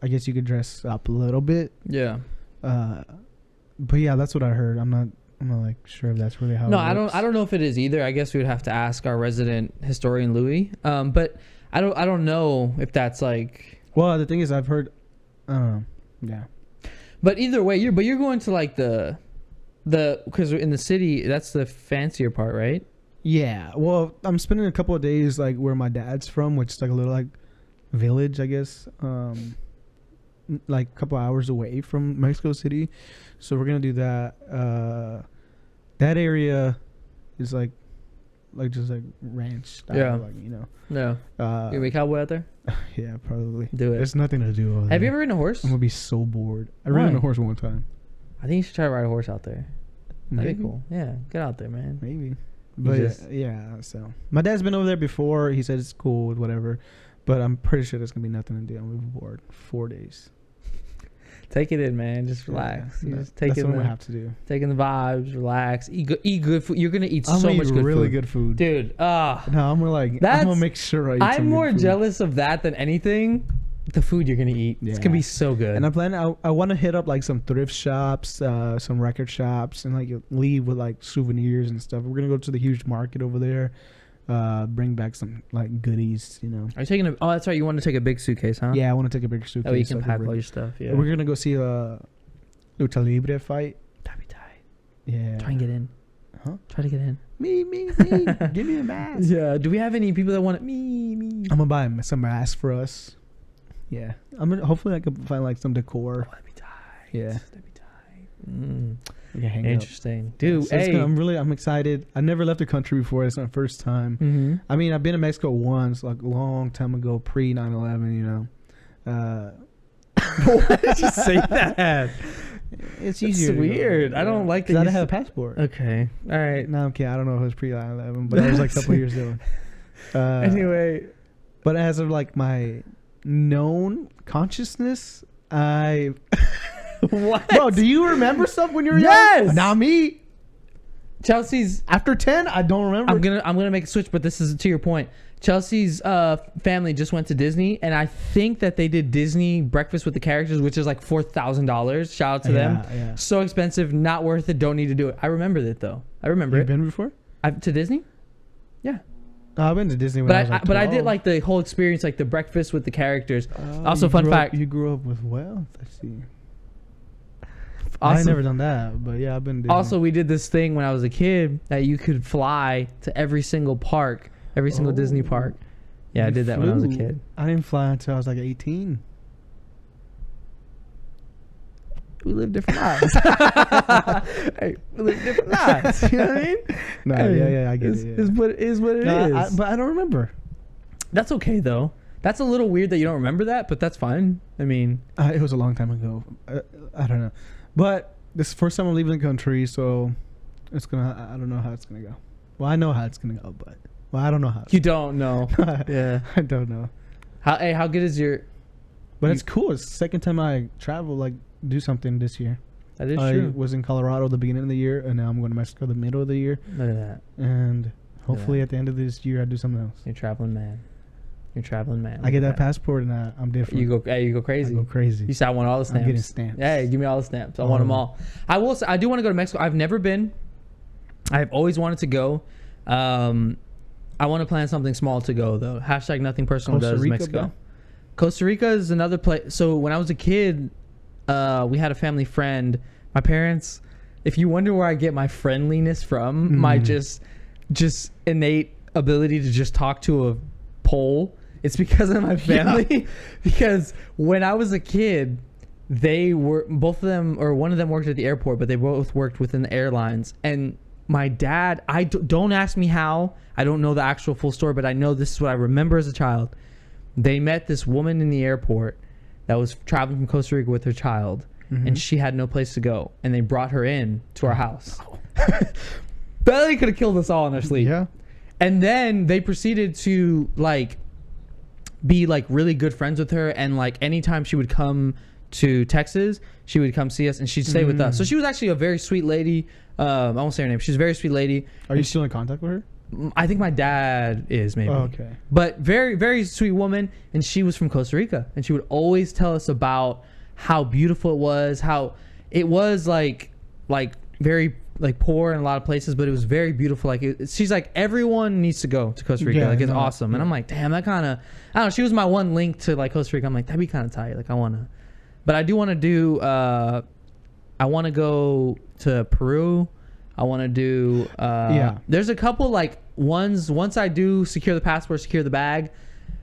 Speaker 1: I guess you could dress up a little bit.
Speaker 2: yeah.
Speaker 1: Uh, but yeah, that's what I heard. I'm not I'm not like sure if that's really how.
Speaker 2: no
Speaker 1: it
Speaker 2: i don't
Speaker 1: works.
Speaker 2: i don't know if it is either i guess we would have to ask our resident historian louis um, but i don't i don't know if that's like
Speaker 1: Well, the thing is, I've heard. Um, yeah.
Speaker 2: but either way you're but you're going to like the the because in the city that's the fancier part right
Speaker 1: Yeah. Well, I'm spending a couple of days like where my dad's from, which is like a little like village, I guess. Um, n- like a couple hours away from Mexico City, so we're gonna do that. Uh, that area is like, like just like ranch style,
Speaker 2: Yeah.
Speaker 1: like you know.
Speaker 2: no
Speaker 1: Uh,
Speaker 2: you gonna be a cowboy out there
Speaker 1: yeah, probably.
Speaker 2: do it
Speaker 1: There's nothing to do. Over
Speaker 2: have you
Speaker 1: there.
Speaker 2: ever ridden a horse
Speaker 1: Mm-hmm. I'm gonna be so bored. I ran on
Speaker 2: Why?
Speaker 1: a horse one time.
Speaker 2: i think you should try to ride a horse out there that'd be cool yeah get out there man
Speaker 1: Maybe. But uh,
Speaker 4: just-
Speaker 1: yeah, so my dad's been over there before. He said it's cool, whatever. But I'm pretty sure there's gonna be nothing to do. I'm gonna be bored four days.
Speaker 2: Take it in, man. Just
Speaker 1: Yeah,
Speaker 2: relax. you
Speaker 1: that-
Speaker 2: just take
Speaker 1: that's
Speaker 2: in
Speaker 1: what I'm gonna
Speaker 2: the,
Speaker 1: have to do.
Speaker 2: taking the vibes. Relax. Eat good, eat good food. You're gonna eat
Speaker 1: I'm
Speaker 2: so
Speaker 1: gonna
Speaker 2: much
Speaker 1: eat
Speaker 2: good
Speaker 1: really
Speaker 2: food,
Speaker 1: good food.
Speaker 2: dude. Ah,
Speaker 1: No, I'm gonna like. I'm gonna
Speaker 2: That's-
Speaker 1: make sure I. Eat some
Speaker 2: I'm
Speaker 1: good
Speaker 2: more
Speaker 1: food.
Speaker 2: jealous of that than anything. The food you're gonna eat. It's gonna
Speaker 1: Yeah.
Speaker 2: be so good.
Speaker 1: And I plan. I, I want to hit up like some thrift shops, uh, some record shops, and like leave with like souvenirs and stuff. We're gonna go to the huge market over there, uh, bring back some like goodies, you know.
Speaker 2: Are you taking a? Oh, that's right. You want to take a big suitcase, huh?
Speaker 1: Yeah, I want to take a bigger suitcase.
Speaker 2: That way you
Speaker 1: so
Speaker 2: can
Speaker 1: I
Speaker 2: pack
Speaker 1: bring-
Speaker 2: all your stuff. Yeah.
Speaker 1: We're gonna go see a Lucha Libre fight.
Speaker 2: That'd be tight.
Speaker 1: Yeah.
Speaker 2: Try and get in.
Speaker 1: Huh?
Speaker 2: Try to get in.
Speaker 1: me, me, me. Give me a mask.
Speaker 2: Yeah. Do we have any people that want me? Me.
Speaker 1: I'm gonna buy him some masks for us. Yeah. I'm gonna hopefully I can find like some decor.
Speaker 2: Oh, that'd be tight.
Speaker 1: Yeah.
Speaker 2: That'd be tight. Mm.
Speaker 1: We can hang up.
Speaker 2: Interesting, dude.
Speaker 1: So it's
Speaker 2: hey.
Speaker 1: gonna- I'm really I'm excited. I've never left the country before. It's my first time.
Speaker 2: mm-hmm.
Speaker 1: I mean, I've been to Mexico once, like a long time ago, pre 9/11. You know. Uh,
Speaker 2: Why did you say that?
Speaker 1: it's
Speaker 2: That's
Speaker 1: easier. to go.
Speaker 2: weird. I don't like that
Speaker 1: 'Cause I
Speaker 2: you
Speaker 1: didn't have a
Speaker 2: s-
Speaker 1: passport.
Speaker 2: Okay. All right.
Speaker 1: No, I'm kidding. I don't know if it was pre 9/11, but it was like a couple years ago. Uh,
Speaker 2: anyway,
Speaker 1: But as of like my known consciousness, I
Speaker 2: what?
Speaker 1: bro, do you remember stuff when you were young?
Speaker 2: Yes!
Speaker 1: Not me.
Speaker 2: Chelsea's.
Speaker 1: After ten, I don't remember.
Speaker 2: I'm gonna I'm gonna make a switch, but this is to your point. Chelsea's uh, family just went to Disney, and I think that they did Disney Breakfast with the Characters, which is like four thousand dollars. Shout out to them.
Speaker 1: Yeah, yeah.
Speaker 2: So expensive, not worth it. Don't need to do it. I remember it though. I remember
Speaker 1: You've
Speaker 2: it.
Speaker 1: been before?
Speaker 2: I, to Disney,
Speaker 1: No, I've been to Disney. When
Speaker 2: but
Speaker 1: I,
Speaker 2: I,
Speaker 1: was like
Speaker 2: I- but I
Speaker 1: 12.
Speaker 2: did like the whole experience, like the breakfast with the characters.
Speaker 1: Oh,
Speaker 2: also
Speaker 1: you
Speaker 2: fun
Speaker 1: grew up-
Speaker 2: fact-
Speaker 1: you grew up with wealth. I see. I've
Speaker 2: Awesome.
Speaker 1: never done that, but yeah, I've been. To Disney.
Speaker 2: Also, we did this thing when I was a kid that you could fly to every single park, every single Disney
Speaker 1: Oh.
Speaker 2: park. Yeah, I
Speaker 1: You
Speaker 2: did that when I was a
Speaker 1: flew.
Speaker 2: kid.
Speaker 1: I didn't fly until I was like 18.
Speaker 2: We live different lives. hey, we live different lives. You know what I mean?
Speaker 1: No,
Speaker 2: Hey,
Speaker 1: yeah, yeah, I get
Speaker 2: it's,
Speaker 1: it.
Speaker 2: Is
Speaker 1: yeah.
Speaker 2: what is what it is.
Speaker 1: No, I- I- but I don't remember.
Speaker 2: that's okay though. That's a little weird that you don't remember that, but that's fine. I mean,
Speaker 1: Uh, it was a long time ago. I, I don't know, but this is the first time I'm leaving the country, so it's gonna. I I don't know how it's gonna go. Well, I know how it's gonna go, but well, I don't know how.
Speaker 2: you don't know. yeah.
Speaker 1: I don't know,
Speaker 2: How hey, how good is your?
Speaker 1: but
Speaker 2: You-
Speaker 1: it's cool. It's the second time I travel, like do something this year.
Speaker 2: That is
Speaker 1: I
Speaker 2: true.
Speaker 1: was in Colorado the beginning of the year, and now I'm going to Mexico the middle of the year,
Speaker 2: Look at that.
Speaker 1: and hopefully
Speaker 2: Yeah.
Speaker 1: at the end of this year I do something else.
Speaker 2: You're a traveling man. You're a traveling man.
Speaker 1: I
Speaker 2: Look
Speaker 1: get
Speaker 2: at
Speaker 1: that passport, and I, I'm different.
Speaker 2: You go. Hey, you go
Speaker 1: I
Speaker 2: crazy.
Speaker 1: go crazy.
Speaker 2: You said I want all the
Speaker 1: I'm getting
Speaker 2: stamps.
Speaker 1: stamps.
Speaker 2: Hey, give me all the stamps. I want
Speaker 1: Oh.
Speaker 2: them all. I will. Say, I do want to go to Mexico. I've never been. I've always wanted to go. Um, I want to plan something small to go though. Hashtag nothing personal
Speaker 1: Costa
Speaker 2: does
Speaker 1: Rica,
Speaker 2: Mexico.
Speaker 1: bro?
Speaker 2: Costa Rica is another place. So when I was a kid, uh, we had a family friend. My parents. If you wonder where I get my friendliness from, my
Speaker 1: Mhm.
Speaker 2: just, just innate ability to just talk to a pole. It's because of my family. because when I was a kid, they were both of them, or one of them worked at the airport, but they both worked within the airlines. And my dad, I d- don't ask me how. I don't know the actual full story, but I know this is what I remember as a child. They met this woman in the airport that was traveling from Costa Rica with her child,
Speaker 1: Mm-hmm.
Speaker 2: and she had no place to go, and they brought her in to
Speaker 1: Oh.
Speaker 2: our house. Belly could have killed us all in our sleep.
Speaker 1: Yeah.
Speaker 2: And then they proceeded to like be like really good friends with her and like anytime she would come to Texas, she would come see us and she'd stay with us. So
Speaker 1: Mm.
Speaker 2: she was actually a very sweet lady. Um, I won't say her name. She's a very sweet lady.
Speaker 1: Are you still in contact with her?
Speaker 2: Mm, I think my dad is maybe.
Speaker 1: Oh, okay.
Speaker 2: But very very sweet woman and she was from Costa Rica and she would always tell us about how beautiful it was, how it was like like very like poor in a lot of places, but it was very beautiful. Like it, she's like everyone needs to go to Costa Rica.
Speaker 1: Yeah,
Speaker 2: like it's
Speaker 1: no.
Speaker 2: awesome. And I'm like, damn, that kind of I don't know. She was my one link to like Costa Rica. I'm like, that'd be kind of tight. Like I wanna, but I do want to do. uh I want to go to Peru. I want to do. Uh,
Speaker 1: Yeah.
Speaker 2: There's a couple like ones. Once I do secure the passport, secure the bag,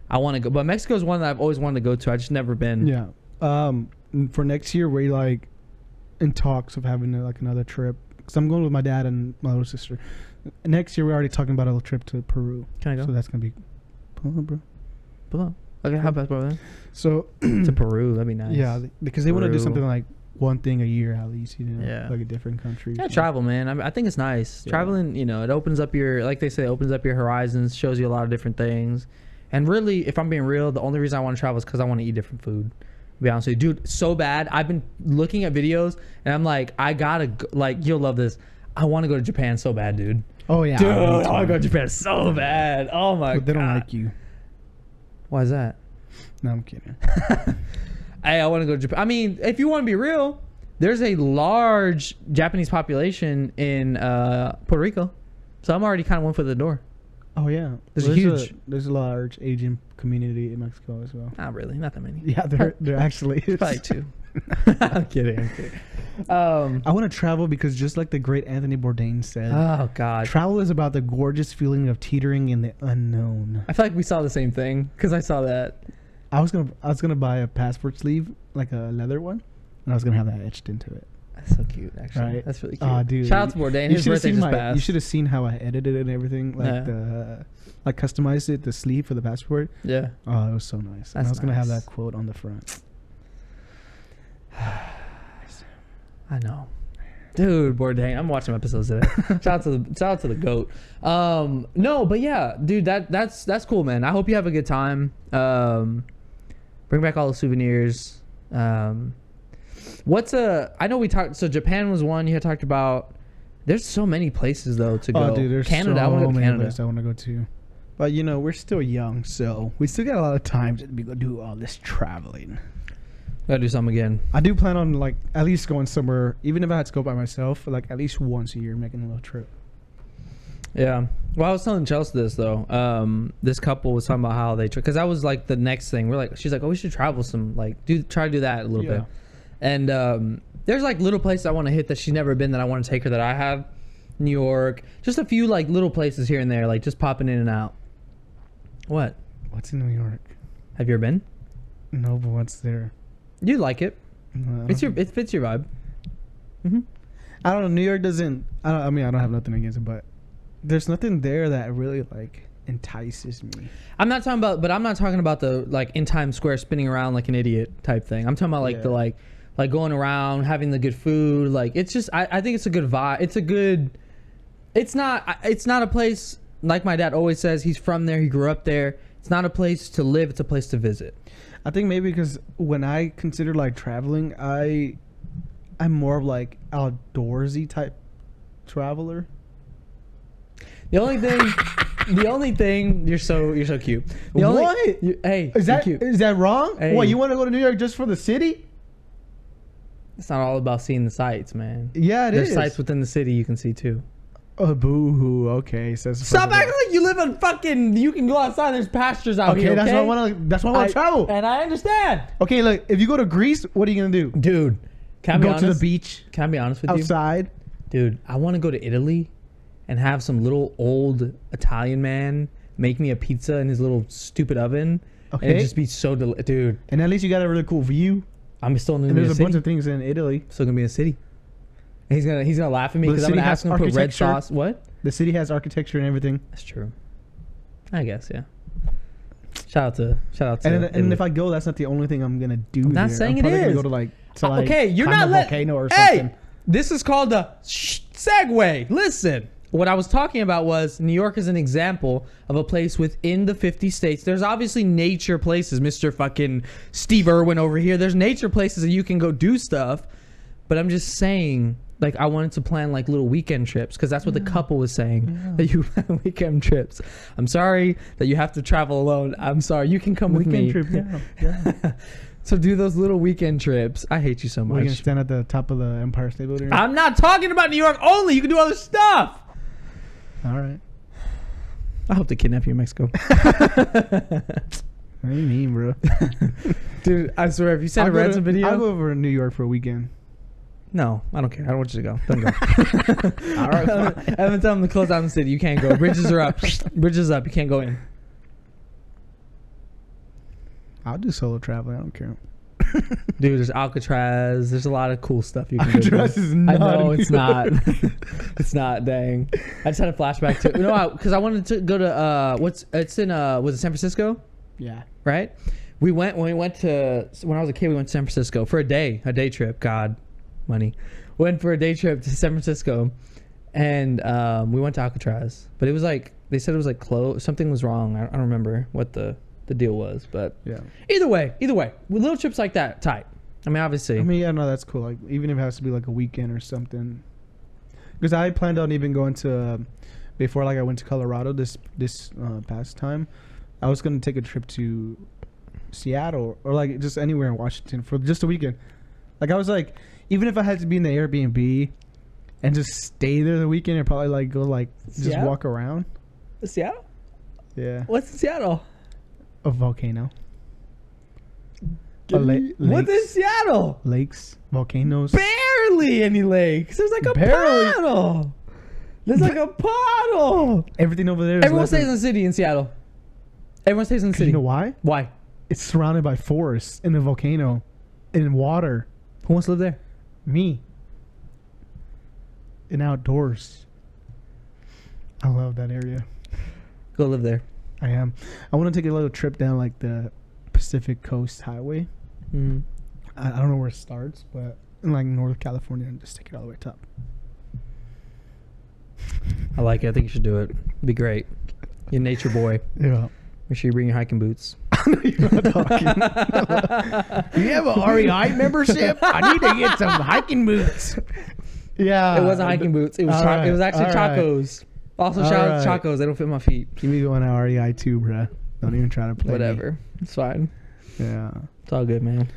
Speaker 2: I want to go. But Mexico is one that I've always wanted to go to. I just never been.
Speaker 1: Yeah. Um, and for next year, we like in talks of having uh, like another trip. Cause I'm going with my dad and my little sister. Next year, we're already talking about a little trip to Peru.
Speaker 2: Can I go?
Speaker 1: So that's gonna be. Oh, bro.
Speaker 2: Below. Okay, how about brother?
Speaker 1: So
Speaker 2: to Peru. That'd be nice.
Speaker 1: yeah, th- because they want to do
Speaker 2: Peru.
Speaker 1: something like one thing a year at least, you know,
Speaker 2: Yeah.
Speaker 1: like a different country.
Speaker 2: Yeah, travel, man. I, I think it's nice.
Speaker 1: Yeah.
Speaker 2: Traveling, you know, it opens up your, like they say, it opens up your horizons, shows you a lot of different things. And really, if I'm being real, the only reason I want to travel is because I want to eat different food. To be honest with you, dude, so bad. I've been looking at videos and I'm like, I gotta, go, like, you'll love this. I want to go to Japan so bad, dude.
Speaker 1: Oh yeah,
Speaker 2: Dude, I
Speaker 1: I'll
Speaker 2: want
Speaker 1: do
Speaker 2: to go to
Speaker 1: it.
Speaker 2: Japan so bad. Oh my
Speaker 1: But they don't
Speaker 2: god.
Speaker 1: like you.
Speaker 2: Why is that?
Speaker 1: No, I'm kidding.
Speaker 2: Hey, I want to go to Japan. I mean, if you want to be real, there's a large Japanese population in uh, Puerto Rico, so I'm already kind of one foot in the door.
Speaker 1: Oh yeah,
Speaker 2: There's
Speaker 1: Well, A,
Speaker 2: a huge-
Speaker 1: there's a large Asian community in Mexico as well.
Speaker 2: Not really, not that many.
Speaker 1: Yeah, there there actually is.
Speaker 2: Probably two. I'm kidding. I'm kidding. Um,
Speaker 1: I want to travel because just like the great Anthony Bourdain said,
Speaker 2: oh God,
Speaker 1: travel is about the gorgeous feeling of teetering in the unknown.
Speaker 2: I feel like we saw the same thing because I saw that.
Speaker 1: I was gonna I was gonna buy a passport sleeve, like a leather one, and I was gonna have that etched into it.
Speaker 2: That's so cute, actually.
Speaker 1: Right.
Speaker 2: That's really cute.
Speaker 1: Aw, dude.
Speaker 2: Shout out to Bourdain.
Speaker 1: You
Speaker 2: His
Speaker 1: should've
Speaker 2: birthday
Speaker 1: seen
Speaker 2: just
Speaker 1: my-
Speaker 2: passed.
Speaker 1: You should have seen how I edited it and everything, like
Speaker 2: Yeah.
Speaker 1: the like customized it, the sleeve for the passport.
Speaker 2: yeah.
Speaker 1: Oh, it was so nice. and
Speaker 2: That's
Speaker 1: I was gonna have
Speaker 2: nice.
Speaker 1: that quote on the front.
Speaker 2: I know. Dude, Bourdain, I'm watching episodes today. shout out to the shout out to the goat. Um, no, but yeah, dude, that that's that's cool, man. I hope you have a good time. Um, bring back all the souvenirs. Um, what's a? I know we talked. So Japan was one you had talked about. There's so many places though to go.
Speaker 1: Oh, dude, there's
Speaker 2: Canada.
Speaker 1: so
Speaker 2: I want to go to
Speaker 1: many
Speaker 2: Canada.
Speaker 1: places I want to go to. But you know, we're still young, so we still got a lot of time to be- do all this traveling.
Speaker 2: Gotta do something again.
Speaker 1: I do plan on like at least going somewhere, even if I had to go by myself, like at least once a year, making a little trip.
Speaker 2: Yeah. Well, I was telling Chelsea this though. Um, this couple was talking about how they because that was like the next thing. We're like, she's like, oh, we should travel some, like, do try to do that a little
Speaker 1: Yeah.
Speaker 2: bit. And um, there's like little places I want to hit that she's never been that I want to take her that I have. New York, just a few like little places here and there, like just popping in and out. What?
Speaker 1: What's in New York?
Speaker 2: Have you ever been?
Speaker 1: No, but what's there?
Speaker 2: You like it?
Speaker 1: No, I
Speaker 2: It's your
Speaker 1: don't-
Speaker 2: it fits your vibe.
Speaker 1: I don't know. New York doesn't. I, don't, I mean, I don't have nothing against it, but there's nothing there that really like entices me.
Speaker 2: I'm not talking about, but I'm not talking about the like in Times Square spinning around like an idiot type thing. I'm talking about like the
Speaker 1: Yeah.
Speaker 2: like like going around having the good food. Like it's just, I, I think it's a good vibe. It's a good. It's not. I- It's not a place like my dad always says. He's from there. He grew up there. It's not a place to live. It's a place to visit.
Speaker 1: I think maybe because when I consider like traveling, I I'm more of like outdoorsy type traveler.
Speaker 2: The only thing. The only thing you're so you're so cute. The only,
Speaker 1: What?
Speaker 2: you- hey,
Speaker 1: Is that
Speaker 2: you
Speaker 1: is that wrong?
Speaker 2: Hey.
Speaker 1: What you want to go to New York just for the city?
Speaker 2: It's not all about seeing the sights, man.
Speaker 1: Yeah, it is.
Speaker 2: There's sights within the city you can see too.
Speaker 1: Oh, boo hoo. Okay, says.
Speaker 2: Stop acting like you live in fucking. You can go outside. There's pastures out
Speaker 1: Okay,
Speaker 2: here.
Speaker 1: that's
Speaker 2: okay?
Speaker 1: why I want to. That's why I want to travel.
Speaker 2: And I understand,
Speaker 1: Okay, look, if you go to Greece, what are you gonna do?
Speaker 2: dude. Can I be
Speaker 1: Go
Speaker 2: honest?
Speaker 1: to the beach
Speaker 2: Can I be honest with
Speaker 1: outside.
Speaker 2: you, dude? I want to go to Italy, and have some little old Italian man make me a pizza in his little stupid oven, and
Speaker 1: Okay.
Speaker 2: it just be so deli- dude.
Speaker 1: And at least you got a really cool view.
Speaker 2: I'm still in
Speaker 1: And
Speaker 2: the
Speaker 1: there's a
Speaker 2: city.
Speaker 1: bunch of things in Italy.
Speaker 2: still gonna be in the city. And he's gonna he's gonna laugh at me
Speaker 1: But the
Speaker 2: because I'm gonna
Speaker 1: city
Speaker 2: ask
Speaker 1: has
Speaker 2: him to put red
Speaker 1: architecture.
Speaker 2: sauce. What?
Speaker 1: The city has architecture and everything.
Speaker 2: That's true. I guess yeah. Shout out to shout out to.
Speaker 1: and then, and
Speaker 2: Italy.
Speaker 1: if I go, that's not the only thing I'm gonna do.
Speaker 2: not
Speaker 1: there.
Speaker 2: saying
Speaker 1: I'm
Speaker 2: it
Speaker 1: probably gonna
Speaker 2: is.
Speaker 1: Go to like, to
Speaker 2: Uh,
Speaker 1: like
Speaker 2: okay, you're
Speaker 1: climb
Speaker 2: not
Speaker 1: a
Speaker 2: let-
Speaker 1: volcano or
Speaker 2: hey,
Speaker 1: something.
Speaker 2: this is called a sh- segue. Listen, what I was talking about was New York is an example of a place within the 50 states. There's obviously nature places, Mr. fucking Steve Irwin over here. There's nature places that you can go do stuff, but I'm just saying. Like I wanted to plan like little weekend trips because that's what the couple was saying that you plan weekend trips. I'm sorry that you have to travel alone. I'm sorry you can come with me.
Speaker 1: Weekend trip. Yeah. yeah.
Speaker 2: So do those little weekend trips. I hate you so
Speaker 1: We're gonna
Speaker 2: much.
Speaker 1: stand at the top of the Empire State Building.
Speaker 2: I'm not talking about New York only. You can do other stuff.
Speaker 1: All right.
Speaker 2: I hope they kidnap you in Mexico.
Speaker 1: What do you mean, bro?
Speaker 2: Dude, I swear, if you send
Speaker 1: I'll
Speaker 2: a
Speaker 1: go to-
Speaker 2: ransom video.
Speaker 1: I'll go over to New York for a weekend.
Speaker 2: no, I don't care. I don't want you to go. Don't go.
Speaker 1: All right, fine.
Speaker 2: I've been telling them to close down the city. You can't go. Bridges are up. Bridges up. You can't go in.
Speaker 1: I'll do solo traveling. I don't care.
Speaker 2: Dude, there's Alcatraz. There's a lot of cool stuff you can go do.
Speaker 1: Alcatraz is
Speaker 2: I
Speaker 1: not
Speaker 2: know
Speaker 1: in
Speaker 2: it's
Speaker 1: New
Speaker 2: not. it's not. Dang. I just had a flashback to you know because I, wanted to go to uh what's it's in uh was it San Francisco
Speaker 1: Yeah.
Speaker 2: right? We went when we went to when I was a kid. We went to San Francisco for a day, a day trip. God, money. Went for a day trip to San Francisco, and um, we went to Alcatraz. But it was like they said it was like close. Something was wrong. I, I don't remember what the the deal was, but
Speaker 1: Yeah.
Speaker 2: Either way, either way, with little trips like that, tight. I mean, obviously,
Speaker 1: I mean, yeah, no, that's cool. Like, even if it has to be like a weekend or something. Because I planned on even going to uh, before, like, I went to Colorado this this uh, past time. I was gonna take a trip to Seattle or like just anywhere in Washington for just a weekend. Like, I was like, even if I had to be in the Airbnb and just stay there the weekend and probably like go like just
Speaker 2: Seattle?
Speaker 1: walk around.
Speaker 2: Seattle.
Speaker 1: Yeah,
Speaker 2: What's in Seattle?
Speaker 1: a volcano. A
Speaker 2: What
Speaker 1: la-
Speaker 2: is
Speaker 1: lakes.
Speaker 2: Seattle?
Speaker 1: lakes, volcanoes.
Speaker 2: Barely any lakes. There's like a
Speaker 1: Barely.
Speaker 2: puddle. There's like a puddle.
Speaker 1: Everything over there. Is
Speaker 2: Everyone
Speaker 1: less
Speaker 2: stays
Speaker 1: than-
Speaker 2: in the city in Seattle. Everyone stays in the
Speaker 1: 'Cause
Speaker 2: city.
Speaker 1: You know why?
Speaker 2: Why?
Speaker 1: It's surrounded by forests and a volcano, and water.
Speaker 2: Who wants to live there?
Speaker 1: Me. And outdoors. I love that area.
Speaker 2: Go live there.
Speaker 1: I am. I want to take a little trip down like the Pacific Coast Highway.
Speaker 2: Mm.
Speaker 1: I, I don't know where it starts, but in like North California, and just take it all the way top.
Speaker 2: I like it. I think you should do it. Be great. You're a nature boy.
Speaker 1: Yeah.
Speaker 2: Make sure you bring your hiking boots.
Speaker 1: You're not talking. you have a REI membership? I need to get some hiking boots. Yeah.
Speaker 2: it wasn't hiking boots. It was
Speaker 1: all
Speaker 2: cho-
Speaker 1: right,
Speaker 2: it was actually
Speaker 1: all right.
Speaker 2: chacos. Also,
Speaker 1: All
Speaker 2: shout out to
Speaker 1: right.
Speaker 2: chacos. They don't fit my feet.
Speaker 1: Give me one at REI too, bruh. Don't even try to play. me.
Speaker 2: Whatever. It's fine.
Speaker 1: Yeah.
Speaker 2: It's all good, man.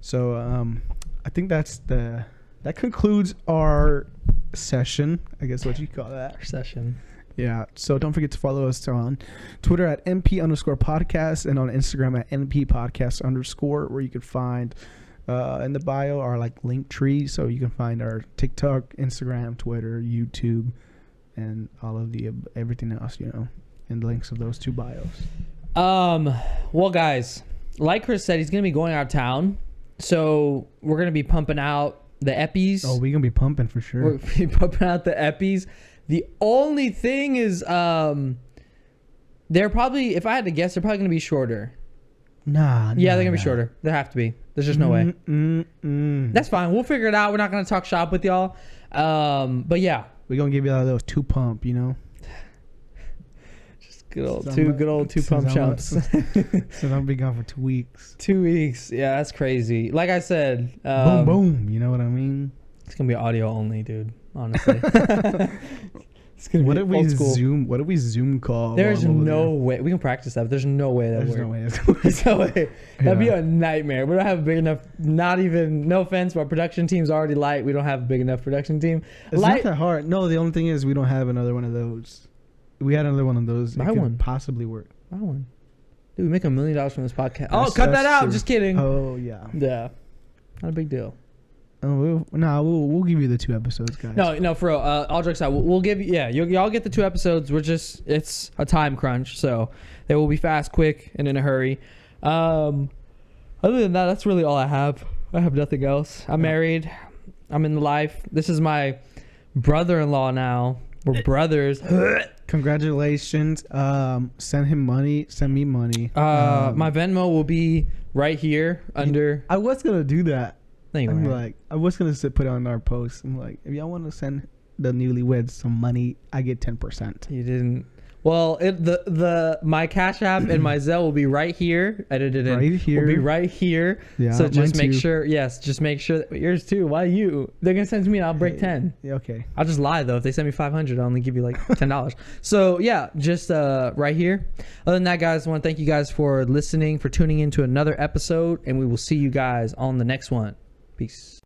Speaker 1: So um, I think that's the that concludes our session. I guess what you call that.
Speaker 2: Our session.
Speaker 1: Yeah. So don't forget to follow us on Twitter at np underscore podcast and on Instagram at np podcast underscore, where you can find uh, in the bio our like link tree, so you can find our TikTok, Instagram, Twitter, YouTube, and all of the ab- everything else, you know, and links of those two bios.
Speaker 2: Um, well, guys, like Chris said, he's gonna be going out of town, so we're gonna be pumping out the eppies.
Speaker 1: Oh, we gonna be pumping for sure.
Speaker 2: We're gonna be pumping out the eppies. The only thing is, um, they're probably, if I had to guess, they're probably gonna be shorter.
Speaker 1: nah.
Speaker 2: Yeah, Mm-hmm.
Speaker 1: nah,
Speaker 2: they're gonna
Speaker 1: nah. Mm,
Speaker 2: be shorter. They have to be. There's just no way.
Speaker 1: Mm-mm-mm.
Speaker 2: That's fine. We'll figure it out. We're not gonna talk shop with y'all. Um, but yeah,
Speaker 1: We're gonna give you a little two pump, you know.
Speaker 2: good old
Speaker 1: Since
Speaker 2: two,
Speaker 1: I'm-
Speaker 2: good old two
Speaker 1: since
Speaker 2: pump
Speaker 1: I'm-
Speaker 2: chumps.
Speaker 1: So I'll be gone for two weeks.
Speaker 2: Two weeks. Yeah, that's crazy. Like I said,
Speaker 1: Boom,
Speaker 2: um,
Speaker 1: boom. You know what I mean?
Speaker 2: It's gonna be audio only, dude. Honestly, it's gonna
Speaker 1: What
Speaker 2: be
Speaker 1: if we
Speaker 2: old school.
Speaker 1: zoom? What if we zoom call?
Speaker 2: There's
Speaker 1: while I'm over
Speaker 2: no
Speaker 1: there?
Speaker 2: way we can practice that. But there's no way that
Speaker 1: There's
Speaker 2: works.
Speaker 1: no way. it's gonna work.
Speaker 2: There's no way. That'd be
Speaker 1: Yeah.
Speaker 2: a nightmare. We don't have a big enough. Not even. No offense, but our production team's already light. We don't have a big enough production team.
Speaker 1: It's
Speaker 2: Light.
Speaker 1: not that hard. No, the only thing is we don't have another one of those. We had another one of those.
Speaker 2: Buy
Speaker 1: it could
Speaker 2: one.
Speaker 1: possibly work.
Speaker 2: Buy one. Dude, we make a million dollars from this podcast. Oh,
Speaker 1: That's-
Speaker 2: cut that
Speaker 1: that's
Speaker 2: out.
Speaker 1: true.
Speaker 2: Just kidding.
Speaker 1: Oh yeah.
Speaker 2: Yeah, not a big deal.
Speaker 1: Oh, we'll, nah, we'll we'll give you the two episodes, guys.
Speaker 2: No, no, for real. Uh, all jokes out. We'll, we'll give you. Yeah, you'll, y'all get the two episodes. We're just it's a time crunch, so they will be fast, quick, and in a hurry. Um, other than that, that's really all I have. I have nothing else. I'm married. I'm in the life. This is my brother-in-law now. We're brothers. Uh,
Speaker 1: Congratulations. Um, send him money. Send me money.
Speaker 2: Uh,
Speaker 1: Um,
Speaker 2: my Venmo will be right here under.
Speaker 1: I was gonna do that.
Speaker 2: No, you
Speaker 1: I'm
Speaker 2: weren't.
Speaker 1: like, I was gonna sit, put it on our post. I'm like, if y'all want to send the newlyweds some money, I get ten percent.
Speaker 2: You didn't. Well, it, the the my Cash App and my Zelle will be right here. Edited in.
Speaker 1: Right
Speaker 2: Will be
Speaker 1: here.
Speaker 2: right here.
Speaker 1: Yeah,
Speaker 2: So just
Speaker 1: mine
Speaker 2: make
Speaker 1: too.
Speaker 2: sure. Yes, just make sure that yours too. Why you?
Speaker 5: They're gonna send it to me and I'll break ten.
Speaker 1: Yeah, okay.
Speaker 2: I'll just lie though. If they send me five hundred, I'll only give you like ten dollars. so yeah, just uh, right here. Other than that, guys, I want to thank you guys for listening, for tuning in to another episode, and we will see you guys on the next one. Peace.